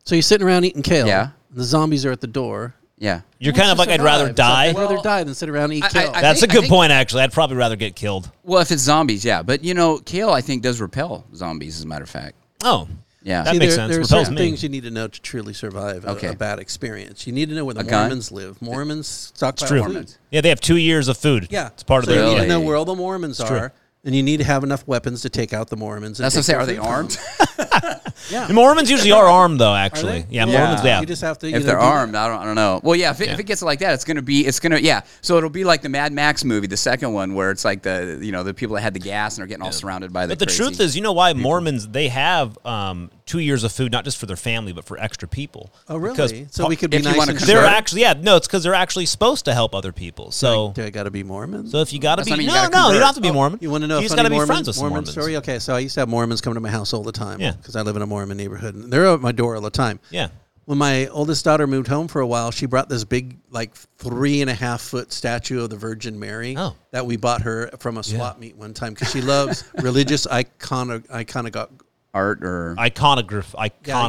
D: So you're sitting around eating kale.
C: Yeah.
D: The zombies are at the door.
C: Yeah,
B: You're kind of like I'd rather die.
D: I'd rather die than sit around and eat
C: I-
D: kale.
C: I-
B: That's
C: think-
B: a good
C: think-
B: point actually. I'd probably rather get killed.
C: Well, if it's zombies, yeah. But you know, kale I think does repel zombies. As a matter of fact,
B: Oh.
C: yeah.
B: That
D: See,
B: makes
D: there,
B: sense.
D: there are
B: Repels
D: certain
B: me.
D: things you need to know to truly survive a,
C: Okay.
D: a bad experience. You need to know where the
C: gun?
D: Mormons live. Mormons stockpile
B: true.
D: food.
C: Mormons.
B: Yeah, they have two years of food.
D: Yeah,
B: it's part
D: so
B: of their.
D: You
C: Really?
D: need to know where all the Mormons
B: true.
D: are, and you need to have enough weapons to take out the Mormons. and
C: That's what I'm
D: take
C: saying. Are
D: their
C: they
D: food from
C: armed?
D: them.
B: The
D: Yeah.
B: Mormons usually are armed, though. Actually,
D: they?
B: yeah,
D: Yeah.
B: Mormons. Yeah,
D: You just have to. you
C: if
D: know,
C: they're
D: do that.
C: armed, I don't, I don't know. Well, yeah if, it, if it gets like that, it's gonna be, it's gonna, yeah. So it'll be like the Mad Max movie, the second one, where it's like the, you know, the people that had the gas and are getting all surrounded by the.
B: but the
C: crazy-
B: truth is, you know why Mormons they have um, two years of food, not just for their family, but for extra people.
D: Oh,
B: Because
D: really? So we could
C: If
D: be
C: you
D: nice
C: wanna
D: and
B: they're
C: Sure.
B: actually yeah no, it's because they're actually supposed to help other people. So
D: Do I got to be Mormon?
B: so if you got to
C: That's
B: be
C: not mean
B: no
C: you gotta
B: no you
C: convert.
B: don't have to be Mormon.
D: Oh, You want to know?
B: You
D: a
B: just
D: funny
B: gotta be
D: Mormon-
B: friends with some
D: Mormon
B: Mormons.
D: story? Okay, so I used to have Mormons come to my house all the time.
B: Yeah.
D: because I live in a Mormon neighborhood. And they're at my door all the time.
B: Yeah.
D: when my oldest daughter moved home for a while, she brought this big, like three and a half foot statue of the Virgin Mary
B: Oh.
D: that we bought her from a swap meet one time because
B: *laughs*
D: she loves religious icono- iconog-
C: Art or
B: Iconograph,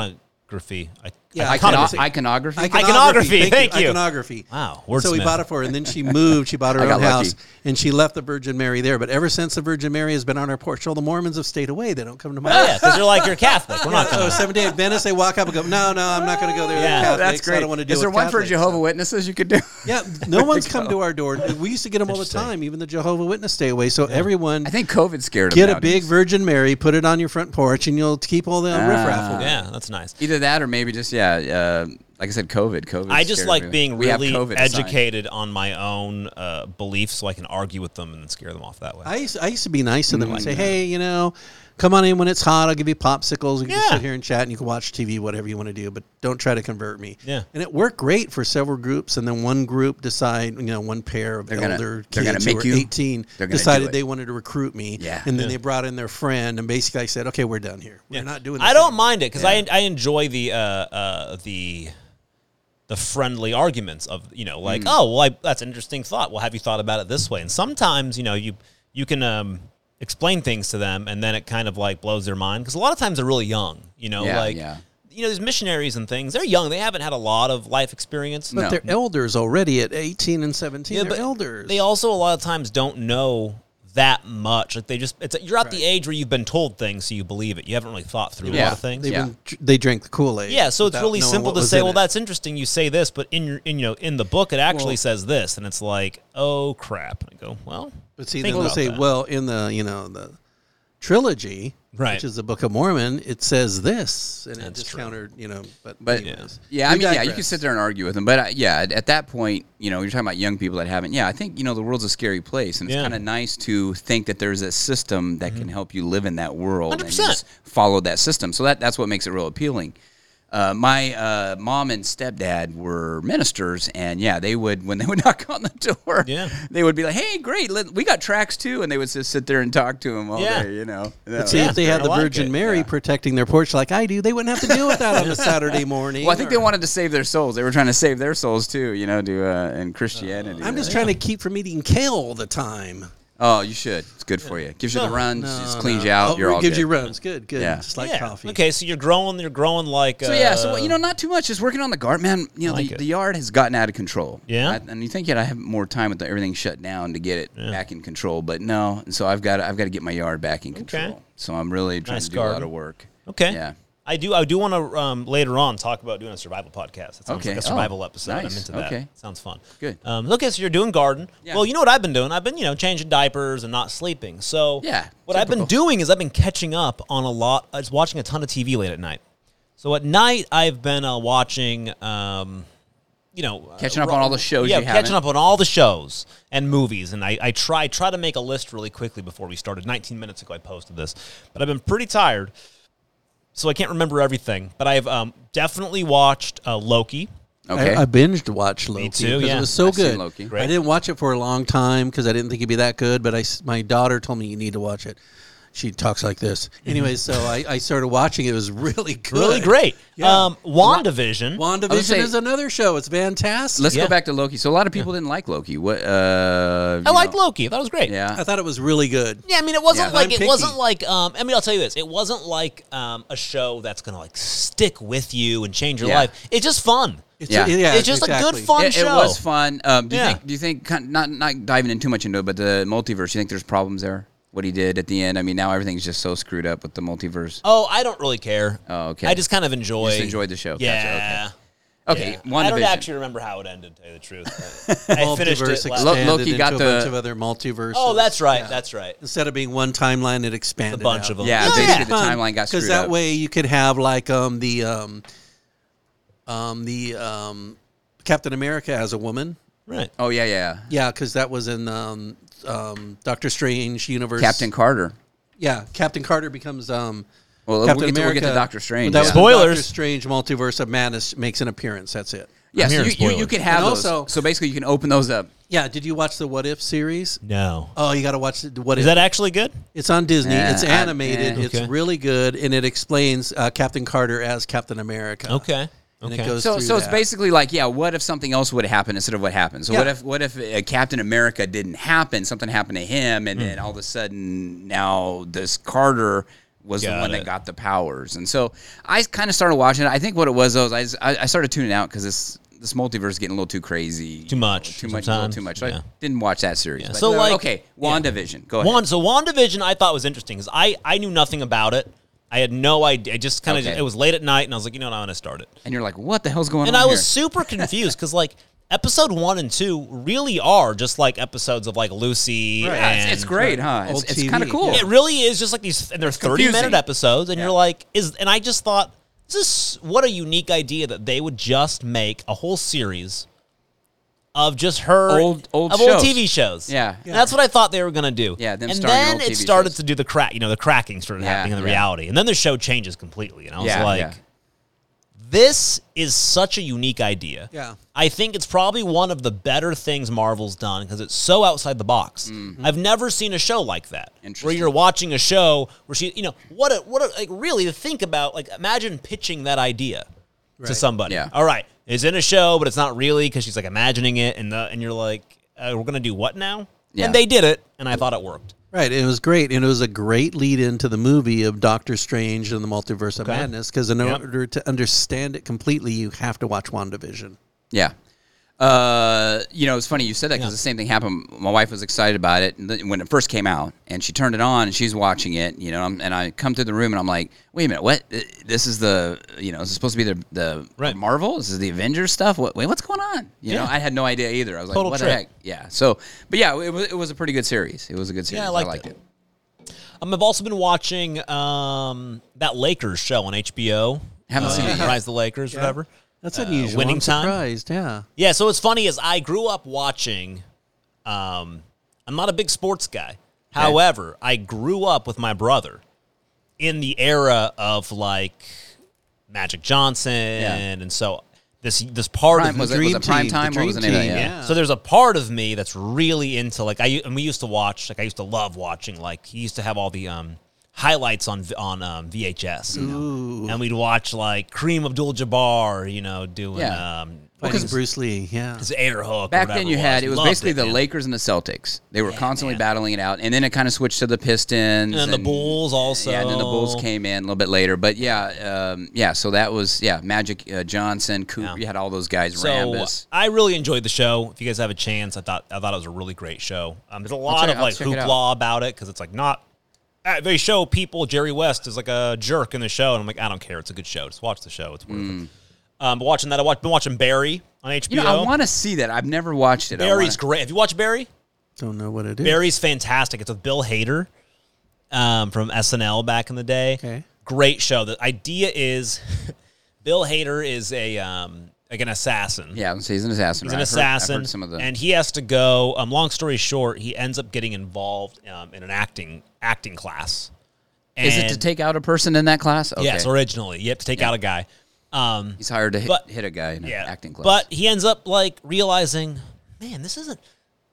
B: iconography. I-
D: Yeah,
C: Icon-
B: iconography.
C: iconography.
B: Iconography, thank you.
D: Iconography.
B: Wow,
D: So we
B: wordsmith.
D: bought it for her, and then she moved. She bought her
C: *laughs* I got
D: own house,
C: lucky.
D: and she left the Virgin Mary there. But ever since the Virgin Mary has been on our porch, all the Mormons have stayed away. They don't come to my
B: Oh, yeah,
D: house.
B: because you're like you're Catholic. We're not
D: *laughs* Oh,
B: going.
D: Seventh Day Adventist, they walk up and go, "No, no, I'm not going to go there.
B: Yeah.
D: They're Catholics.
C: That's great.
D: I don't want to deal
C: Is there
D: with
C: one for
D: Catholics."
C: Jehovah Witnesses you could
D: *laughs*
C: do?
D: Yeah, no one's come to our door. We used to get them all the time. Even the Jehovah Witness stay away. So everyone,
C: I think COVID scared them.
D: get a
C: nowadays.
D: big Virgin Mary, put it on your front porch, and you'll keep all the riffraff.
C: Uh, Ah.
D: away.
B: Yeah, that's nice.
C: Either that or maybe just yeah. Uh, like I said, COVID. COVID.
B: I just
C: scared
B: like
C: me.
B: being
C: We have
B: really
C: COVID sign.
B: educated on my own uh, beliefs, so I can argue with them and then scare them off that way.
D: I used, I used to be nice to them
C: Mm,
D: and say, hey, you know, come on in when it's hot. I'll give you popsicles. We can just
B: Yeah.
D: sit here and chat and you can watch TV, whatever you want to do, but don't try to convert me.
B: Yeah.
D: And it worked great for several groups. And then one group decide, you know, one pair of
C: gonna-
D: elder
C: they're gonna
D: kids who
C: make
D: were
C: you-
D: 18
C: they're gonna do
D: decided
C: it.
D: they wanted to recruit me.
C: Yeah.
D: And then they brought in their friend and basically I said, okay, we're done here. We're not doing this
B: I don't
D: anymore."
B: mind it because I I enjoy the uh, uh, the the friendly arguments of you know like
D: Mm.
B: oh well I, that's an interesting thought. Well, have you thought about it this way? And sometimes you know you you can um, explain things to them and then it kind of like blows their mind because a lot of times they're really young. You know
C: Yeah,
B: like
C: yeah.
B: you know these missionaries and things they're young. They haven't had a lot of life experience.
C: No.
D: They're elders already at 18 and 17. they're elders.
B: They also a lot of times don't know that much. Like they just it's you're at the age where you've been told things so you believe it. You haven't really thought through a
C: Yeah.
B: lot of things.
D: They've
C: Yeah.
D: been, they drank the Kool-Aid.
B: Yeah, so it's
D: without
B: really
D: knowing
B: simple
D: what
B: to
D: was
B: say,
D: in
B: well,
D: it.
B: that's interesting. You say this, but in your, in, you know, in the book, it actually says this, and it's like, oh crap. I go, well,
D: But see,
B: think
D: then they'll
B: about
D: say,
B: that.
D: well, in the you know the trilogy,
B: Right.
D: which is the Book of Mormon, it says this, and it just
B: true.
D: countered, you know. But,
C: But yeah,
D: anyways.
C: I
D: We
C: mean, yeah, you
D: digress.
C: can sit there and argue with them, but uh, yeah, at, at that point, you know, you're talking about young people that haven't. Yeah, I think you know the world's a scary place, and it's
B: Yeah. Mm-hmm.
C: kind of nice to think that there's a system that can help you live in that world and you
B: 100%.
C: just follow that system. So that that's what makes it real appealing. Uh, my uh, mom and stepdad were ministers, and yeah, they would when they would *laughs* knock on the door,
B: Yeah.
C: they would be like, "Hey, great, let, we got tracks too," and they would just sit there and talk to them all
B: Yeah.
C: day, you know.
D: But see,
B: Yeah,
D: if they had
B: I
D: the
B: like
D: Virgin
B: it,
D: Mary protecting their porch like I do, they wouldn't have to deal with
B: *laughs*
D: that on a Saturday morning.
C: Well, I think they
D: or-
C: wanted to save their souls. They were trying to save their souls too, you know, to uh, and Christianity.
D: I'm just trying to keep from eating kale all the time.
C: Oh, you should. It's good for you. Gives you the runs. it cleans you out.
D: Oh,
C: you're
D: it
C: all
D: gives
C: good.
D: you runs. Good, good.
C: Yeah.
D: Just like
B: yeah.
D: coffee.
B: Okay, so you're growing, you're growing like.
C: So yeah,
D: uh,
C: so you know, not too much. Just working on the garden, man. You know,
B: like
C: the,
B: it.
C: the yard has gotten out of control.
B: Yeah?
C: I- and you think yeah, I have more time with the, everything shut down to get it back in control, but no. And so I've got I've got to get my yard back in control. So I'm really trying
B: Nice
C: to do a lot
B: garden.
C: of work.
B: Okay.
C: Yeah.
B: I do. I do want to um, later on talk about doing a survival podcast. That sounds
C: Okay.
B: like
C: Oh,
B: a survival episode.
C: nice.
B: I'm into that.
C: Okay.
B: Sounds fun.
C: Good.
B: Um, okay, so you're doing garden.
C: Yeah.
B: Well, you know what I've been doing? I've been you know changing diapers and not sleeping. So
C: Yeah,
B: what I've been
C: typical.
B: doing is I've been catching up on a lot. I was watching a ton of TV late at night. So at night I've been uh, watching. Um, you know, uh,
C: Catching up on all the shows
B: Yeah,
C: you
B: catching
C: haven't.
B: up on all the shows and movies, and I, I try try to make a list really quickly before we started. 19 minutes ago, I posted this, but I've been pretty tired, so I can't remember everything. But I've um, definitely watched uh, Loki.
C: Okay.
D: I, I binged watched Loki
B: too,
D: because
B: yeah.
D: it was so
C: I've seen
D: good.
C: Loki.
B: Great.
D: I didn't watch it for a long time because I didn't think it'd be that good. But I s my daughter told me you need to watch it. She talks like this. Anyway, so I, I started watching. It It was really good.
B: Mm-hmm. Really great.
D: Yeah.
B: Um, WandaVision.
D: WandaVision
C: say-
D: is another show. It's fantastic.
C: Let's
B: Yeah.
C: go back to Loki. So a lot of people didn't like Loki. What? Uh,
B: I
D: Oh.
C: you
B: liked
C: know,
B: Loki. I thought it was great.
C: Yeah.
D: I thought it was really good.
B: Yeah, I mean, it wasn't
C: Yeah.
B: like
D: I'm
B: it
D: picky.
B: wasn't like. Um, I mean, I'll tell you this: it wasn't like um, a show that's gonna like stick with you and change your
C: Yeah.
B: life. It's just fun. It's,
D: It's,
C: Yeah.
B: just a
D: exactly.
B: good fun
C: It, it
B: show.
C: was fun. Um, do you
B: Yeah.
C: think? Do you think? kind- Not not diving in too much into it, but the multiverse. You think there's problems there? What he did at the end. I mean, now everything's just so screwed up with the multiverse.
B: Oh, I don't really care.
C: Oh, okay.
B: I just kind of enjoy.
C: just enjoyed the show. Gotcha.
B: Yeah.
C: Okay,
B: Oh, Yeah. I don't
C: WandaVision.
B: actually remember how it ended. To tell you the truth,
C: *laughs*
B: I I finished
D: Multiverse
B: it. Last
C: Lo-
D: expanded
C: Loki
D: into
C: got
D: a
C: the-
D: bunch of other multiverses.
B: oh, that's right. That's right.
D: Instead of being one timeline, it expanded.
B: A bunch
D: out.
B: of them.
C: Yeah,
B: Oh, Yeah.
C: basically the timeline got
D: um, because
C: screwed
D: that
C: up.
D: way you could have like um the um um the um Captain America as a woman.
B: Right.
C: oh yeah, yeah.
D: Yeah, because that was in um um Doctor Strange universe.
C: Captain Carter.
D: Yeah, Captain Carter becomes um.
C: Well, we'll
D: Captain
C: get to- we'll get to
D: America.
C: Doctor Strange,
D: But that
C: yeah.
D: was when Doctor
B: Spoilers.
D: Strange Multiverse of Madness makes an appearance. That's it.
C: Yeah, so
B: hearing
C: you, you, you
B: spoilers.
C: can have
D: And
C: those.
D: also-
C: so basically, you can open those up.
D: Yeah. Did you watch the What If series?
B: No.
D: Oh, you got to watch the What
B: Is
D: If.
B: that actually good?
D: It's on Disney.
C: Yeah,
D: it's
C: I-
D: animated.
C: yeah.
D: It's
B: Okay.
D: really good, and it explains uh, Captain Carter as Captain America.
B: Okay.
D: and
B: Okay.
D: it goes
C: So,
D: through
C: so it's
D: that.
C: basically like, yeah, what if something else would happen instead of what happened? So, what
D: Yeah.
C: if what if uh, Captain America didn't happen? Something happened to him, and
B: Mm.
C: then all of a sudden, now this Carter was the
B: Got
C: one
B: it.
C: that got the powers. And so, I kind of started watching it. I think what it was though, is I, s- I- I started tuning out because this this multiverse is getting a little too crazy,
B: Too much
C: too much, a little
B: sometimes,
C: too much. So
B: yeah.
C: I didn't watch that series. But,
B: So,
C: uh,
B: like-
C: okay, WandaVision. Go ahead.
B: One, so WandaVision I thought was interesting because I, I knew nothing about it. I had no idea. I just kind of,
C: Okay.
B: it was late at night and I was like, you know what, I'm going to start it.
C: and you're like, what the hell's going
B: And
C: on?
B: I was
C: here?
B: super confused because, like, episode one and two really are just like episodes of, like, Lucy.
C: Yeah, it's,
B: and-
C: it's great, huh?
D: Old
C: It's, it's
D: TV,
C: kind of cool.
B: It really is just like these, and they're thirty minute
C: confusing.
B: episodes, and
C: Yeah.
B: you're like, is and I just thought, this is what a unique idea that they would just make a whole series of just her
C: Old- old
B: of
C: shows.
B: old TV shows.
C: Yeah.
B: And that's what I thought they were gonna do.
C: Yeah, them
B: and
C: starring
B: then
C: old
B: it
C: TV
B: started
C: shows.
B: to do the crack, you know, the cracking started
C: Yeah,
B: happening in the
C: yeah.
B: reality, and then the show changes completely, and I was
C: Yeah,
B: like,
C: yeah.
B: this is such a unique idea.
D: Yeah.
B: I think it's probably one of the better things Marvel's done because it's so outside the box. I've never seen a show like that where
C: Mm-hmm. Interesting.
B: you're watching a show where she, you know, what a, what a, like really to think about, like imagine pitching that idea to
D: Right.
B: somebody.
C: Yeah.
B: All right, it's in a show, but it's not really because she's like imagining it, and the, and you're like, uh, we're gonna do what now?
C: Yeah.
B: And they did it, and I thought it worked.
D: Right, it was great, and it was a great lead into the movie of Doctor Strange and the Multiverse of Madness. Because in
B: Yep.
D: order to understand it completely, you have to watch WandaVision.
C: Yeah. Uh, you know, it's funny you said that because the same thing happened. My wife was excited about it and th- when it first came out, and she turned it on and she's watching it. You know, and, I'm- and I come through the room and I'm like, "Wait a minute, what? Uh, This is the you know, this is supposed to be the the
B: Right.
C: Marvel? This is the Avengers stuff? What? Wait, what's going on? You know,
B: Yeah.
C: I had no idea either. I was like,
B: Total
C: "What
B: trip.
C: the heck? Yeah. So, but yeah, it was it was a pretty good series. It was a good series.
B: I
C: I
B: liked
C: liked,
B: it.
C: it.
B: Um, I've also been watching um, that Lakers show on HBO.
C: Haven't seen it yet.
B: Uh, Rise of the Lakers, whatever.
D: That's unusual.
B: Winning
D: Uh, I'm
B: Time?
D: surprised. Yeah,
B: Yeah, so what's funny is I grew up watching. Um, I'm not a big sports guy. However, I grew up with my brother in the era of like Magic Johnson, and so this this part
C: Prime,
B: of
C: was
B: me,
C: it was
D: Dream
C: it prime
D: Team,
C: time?
D: the
C: What was the
D: Dream
C: name of that?
D: Team,
C: Yeah.
D: yeah.
B: so there's a part of me that's really into like I and we used to watch like I used to love watching like he used to have all the um highlights on on um, VHS, you know? and we'd watch like Kareem Abdul-Jabbar, you know, doing
C: Yeah.
B: um.
D: because Bruce Lee. Yeah,
B: his air hook. or
C: Back
B: whatever
C: then, you
B: it
C: had it was
B: Loved
C: basically the
B: man.
C: Lakers and the Celtics. They were constantly battling it out, and then it kind of switched to the
B: and
C: Pistons
B: then the Bulls also.
C: Yeah, and then the Bulls came in a little bit later. But yeah, um, yeah. So that was yeah, Magic uh, Johnson, Coop. You had all those guys.
B: So
C: Rambus.
B: I really enjoyed the show. If you guys have a chance, I thought I thought it was a really great show. Um, there's a lot
C: check-
B: of
C: I'll
B: like
C: check it out.
B: hoopla about it because it's like not. uh, They show people Jerry West is like a jerk in the show, and I'm like, I don't care. It's a good show. Just watch the show. It's worth it. Um, but watching that, I've been watching Barry on HBO.
C: Hmm. You know, I want to see that. I've never watched it. I
B: Barry's
C: wanna-
B: great. Have you watched Barry?
D: don't know what it is.
B: Barry's fantastic. It's with Bill Hader um, from SNL back in the day.
D: Okay.
B: Great show. The idea is *laughs* Bill Hader is a um, like an assassin.
C: Yeah, so he's an assassin.
B: He's
C: right?
B: an
C: I've heard- I've heard
B: assassin,
C: some of the.
B: and he has to go. Um, long story short, he ends up getting involved um, in an acting acting class. And
C: is it to take out a person in that class? Okay.
B: Yes, originally you have to take out a guy. Um,
C: he's hired to hit,
B: but-
C: hit a guy in an acting class.
B: But he ends up like realizing, man, this isn't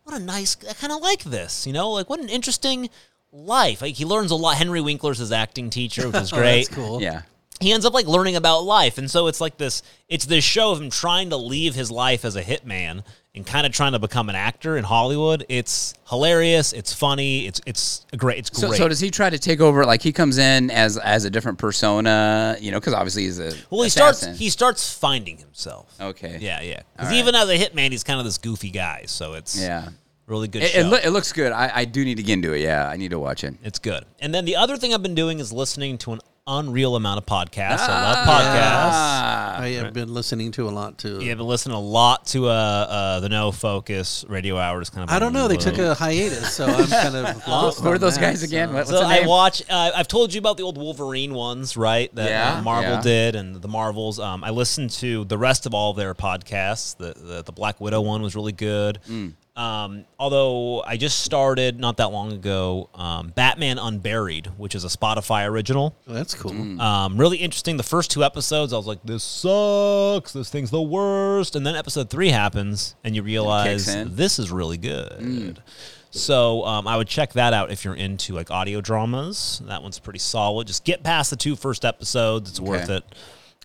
B: what a nice. I kind of like this, you know, like what an interesting life. Like he learns a lot. Henry Winkler's his acting teacher, which is
C: *laughs*
B: great.
D: cool.
C: yeah,
B: He ends up like learning about life, and so it's like this. It's this show of him trying to leave his life as a hitman and kind of trying to become an actor in Hollywood. It's hilarious. It's funny. It's it's great. It's
C: So,
B: great.
C: so does he try to take over? Like he comes in as as a different persona, you know, because obviously he's a
B: Well, he
C: assassin.
B: starts. He starts finding himself.
C: Okay.
B: Yeah, yeah.
C: All
B: Because
C: right.
B: even as a hitman, he's kind of this goofy guy. So it's
C: yeah.
B: really good.
C: It,
B: show.
C: it, loo- it looks good. I, I do need to get into it. Yeah, I need to watch it.
B: it's good. And then the other thing I've been doing is listening to an unreal amount of podcasts. I love podcasts.
C: Ah.
D: I have been listening to a lot too.
B: Yeah, I've been listening a lot to uh, uh, the No Focus Radio Hour. Just kind of.
D: I don't know. They took a hiatus, so I'm
B: *laughs*
D: kind of lost.
C: Who are
D: on
C: those
D: that,
C: guys
D: so.
C: again? What- what's
B: So
C: the
B: I
C: name?
B: watch. Uh, I've told you about the old Wolverine ones, right? That
C: Yeah,
B: uh, Marvel
C: yeah.
B: did, and the Marvels. Um, I listened to the rest of all their podcasts. The the, the Black Widow one was really good.
C: Mm.
B: Um, although I just started not that long ago, um, Batman Unburied, which is a Spotify original.
D: Oh, that's cool.
C: Mm-hmm. Mm.
B: Um, really interesting. The first two episodes, I was like, "This sucks. This thing's the worst." And then episode three happens, and you realize
C: in. Mm.
B: this is really good. So um, I would check that out if you're into like audio dramas. That one's pretty solid. Just get past the two first episodes; it's worth
C: Okay.
B: it.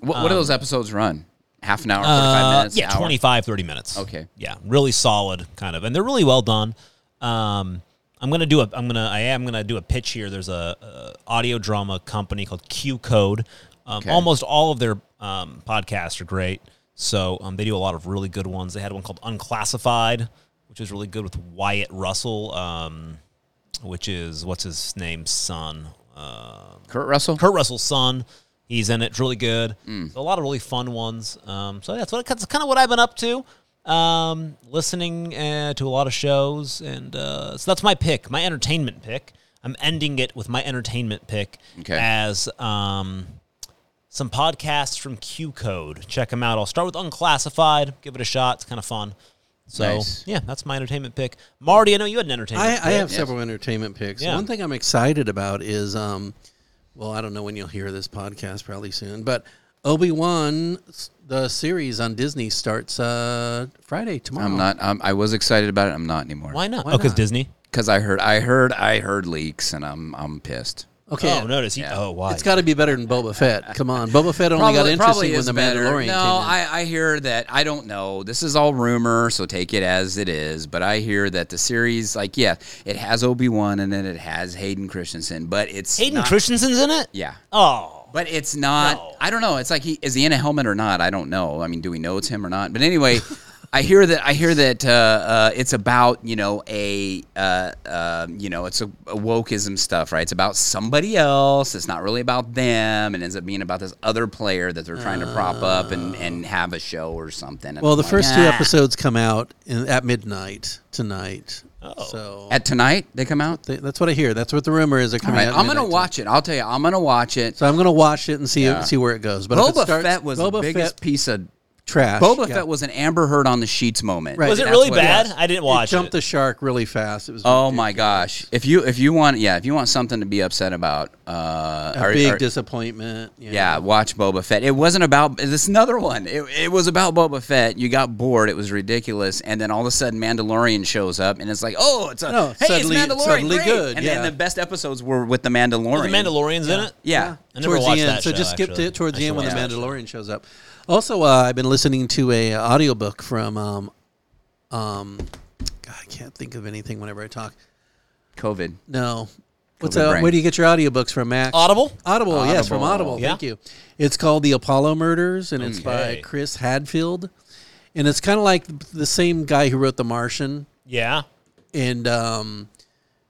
C: um, What, what do those episodes run? half an hour, forty five
B: Uh,
C: minutes.
B: yeah,
C: hour?
B: 25, 30 minutes.
C: Okay.
B: Yeah, really solid kind of, and they're really well done. Um, I'm gonna do a. I'm gonna. I am gonna do a pitch here. There's a, a audio drama company called Q Code. Um,
C: Okay.
B: Almost all of their um, podcasts are great. So um, they do a lot of really good ones. They had one called Unclassified, which is really good with Wyatt Russell, um, which is what's his name's son. Uh,
C: Kurt Russell.
B: Kurt Russell's son. He's in it. It's really good.
C: Mm.
B: So a lot of really fun ones. Um, so that's what that's kind of what I've been up to. Um, listening uh, to a lot of shows, and uh, so that's my pick, my entertainment pick. I'm ending it with my entertainment pick
C: Okay.
B: as um, some podcasts from Q Code. Check them out. I'll start with Unclassified. Give it a shot. It's kind of fun. So
C: Nice.
B: yeah, that's my entertainment pick. Marty, I know you had an entertainment.
D: I,
B: pick.
D: I have
C: Yes.
D: several entertainment picks.
B: Yeah.
D: One thing I'm excited about is, um, well, I don't know when you'll hear this podcast, probably soon, but Obi Wan, the series on Disney starts uh, Friday tomorrow.
C: I'm not. Um, I was excited about it. I'm not anymore.
B: Why not?
D: Why
B: oh, because
D: not?
B: Disney.
C: Because I heard. I heard. I heard leaks, and I'm. I'm pissed.
D: Okay.
B: Oh, notice he.
C: Yeah.
B: Oh, why?
D: It's got to be better than Boba
C: *laughs*
D: Fett. Come on, Boba Fett only got interesting when
C: is
D: the
C: better.
D: Mandalorian
C: No,
D: came out.
C: I, I hear that. I don't know. This is all rumor, so take it as it is. But I hear that the series, like, yeah, it has Obi Wan and then it has Hayden Christensen, but it's
B: Hayden
C: not-
B: Christensen's in it.
C: Yeah,
B: Oh,
C: but it's not.
B: No.
C: I don't know. It's like he is he in a helmet or not? I don't know. I mean, do we know it's him or not? But
D: *laughs*
C: anyway. I hear that. I hear that uh, uh, it's about you know a uh, uh, you know it's a, a wokeism stuff, right? It's about somebody else. It's not really about them, and ends up being about this other player that they're trying to prop up and, and have a show or something. And
D: Oh. well,
C: I'm
D: the
C: like,
D: first two
C: "Ah."
D: episodes come out in, at midnight tonight. Oh. So
C: at tonight they come out.
D: th- that's what I hear. That's what the rumor is. They're coming
C: All right,
D: out. at
C: I'm gonna
D: midnight
C: watch it. I'll tell you, I'm gonna watch it.
D: tonight. So I'm gonna watch it and see
C: Yeah.
D: see where it goes. But if it
C: Boba
D: starts-
C: Fett was the
D: Boba
C: biggest
D: Fett
C: piece of
D: trash.
C: Boba
D: yeah.
C: Fett was an Amber Heard on the sheets moment.
D: Right.
B: was it
C: That's
B: really
C: what
B: bad?
C: was.
B: I didn't
D: It
B: watch
D: jumped
B: it.
D: the shark really fast. It was
C: Oh my gosh! If you if you want yeah if you want something to be upset about uh
D: a
C: or-
D: big
C: or-
D: disappointment. Yeah.
C: yeah watch Boba Fett. It wasn't about this is another one. It, it was about Boba Fett. You got bored. It was ridiculous, and then all of a sudden Mandalorian shows up, and it's like oh it's a
D: No,
C: hey
D: suddenly-
C: it's Mandalorian
D: suddenly
C: great.
D: good,
C: And,
D: yeah.
C: and the best episodes were with the
B: Oh,
C: Mandalorian.
B: the Mandalorian's in it.
C: Yeah.
B: I never
D: towards the
B: watched
D: end.
B: that
D: so
B: show,
D: just skip
B: actually.
D: it towards
B: I
D: the end when the
B: should watch
D: Mandalorian shows up. Also, uh, I've been listening to a uh, audiobook from um, um, God, I can't think of anything whenever I talk.
C: COVID.
D: No. What's
C: Kobe
D: uh,
C: Bryant.
D: Where do you get your audiobooks from, Max?
B: Audible?
D: Audible, yes, from
C: Audible.
D: Audible.
B: Yeah.
D: Thank you. It's called The Apollo Murders, and it's
B: Okay.
D: by Chris Hadfield. And it's kind of like the same guy who wrote The Martian.
B: Yeah.
D: And um,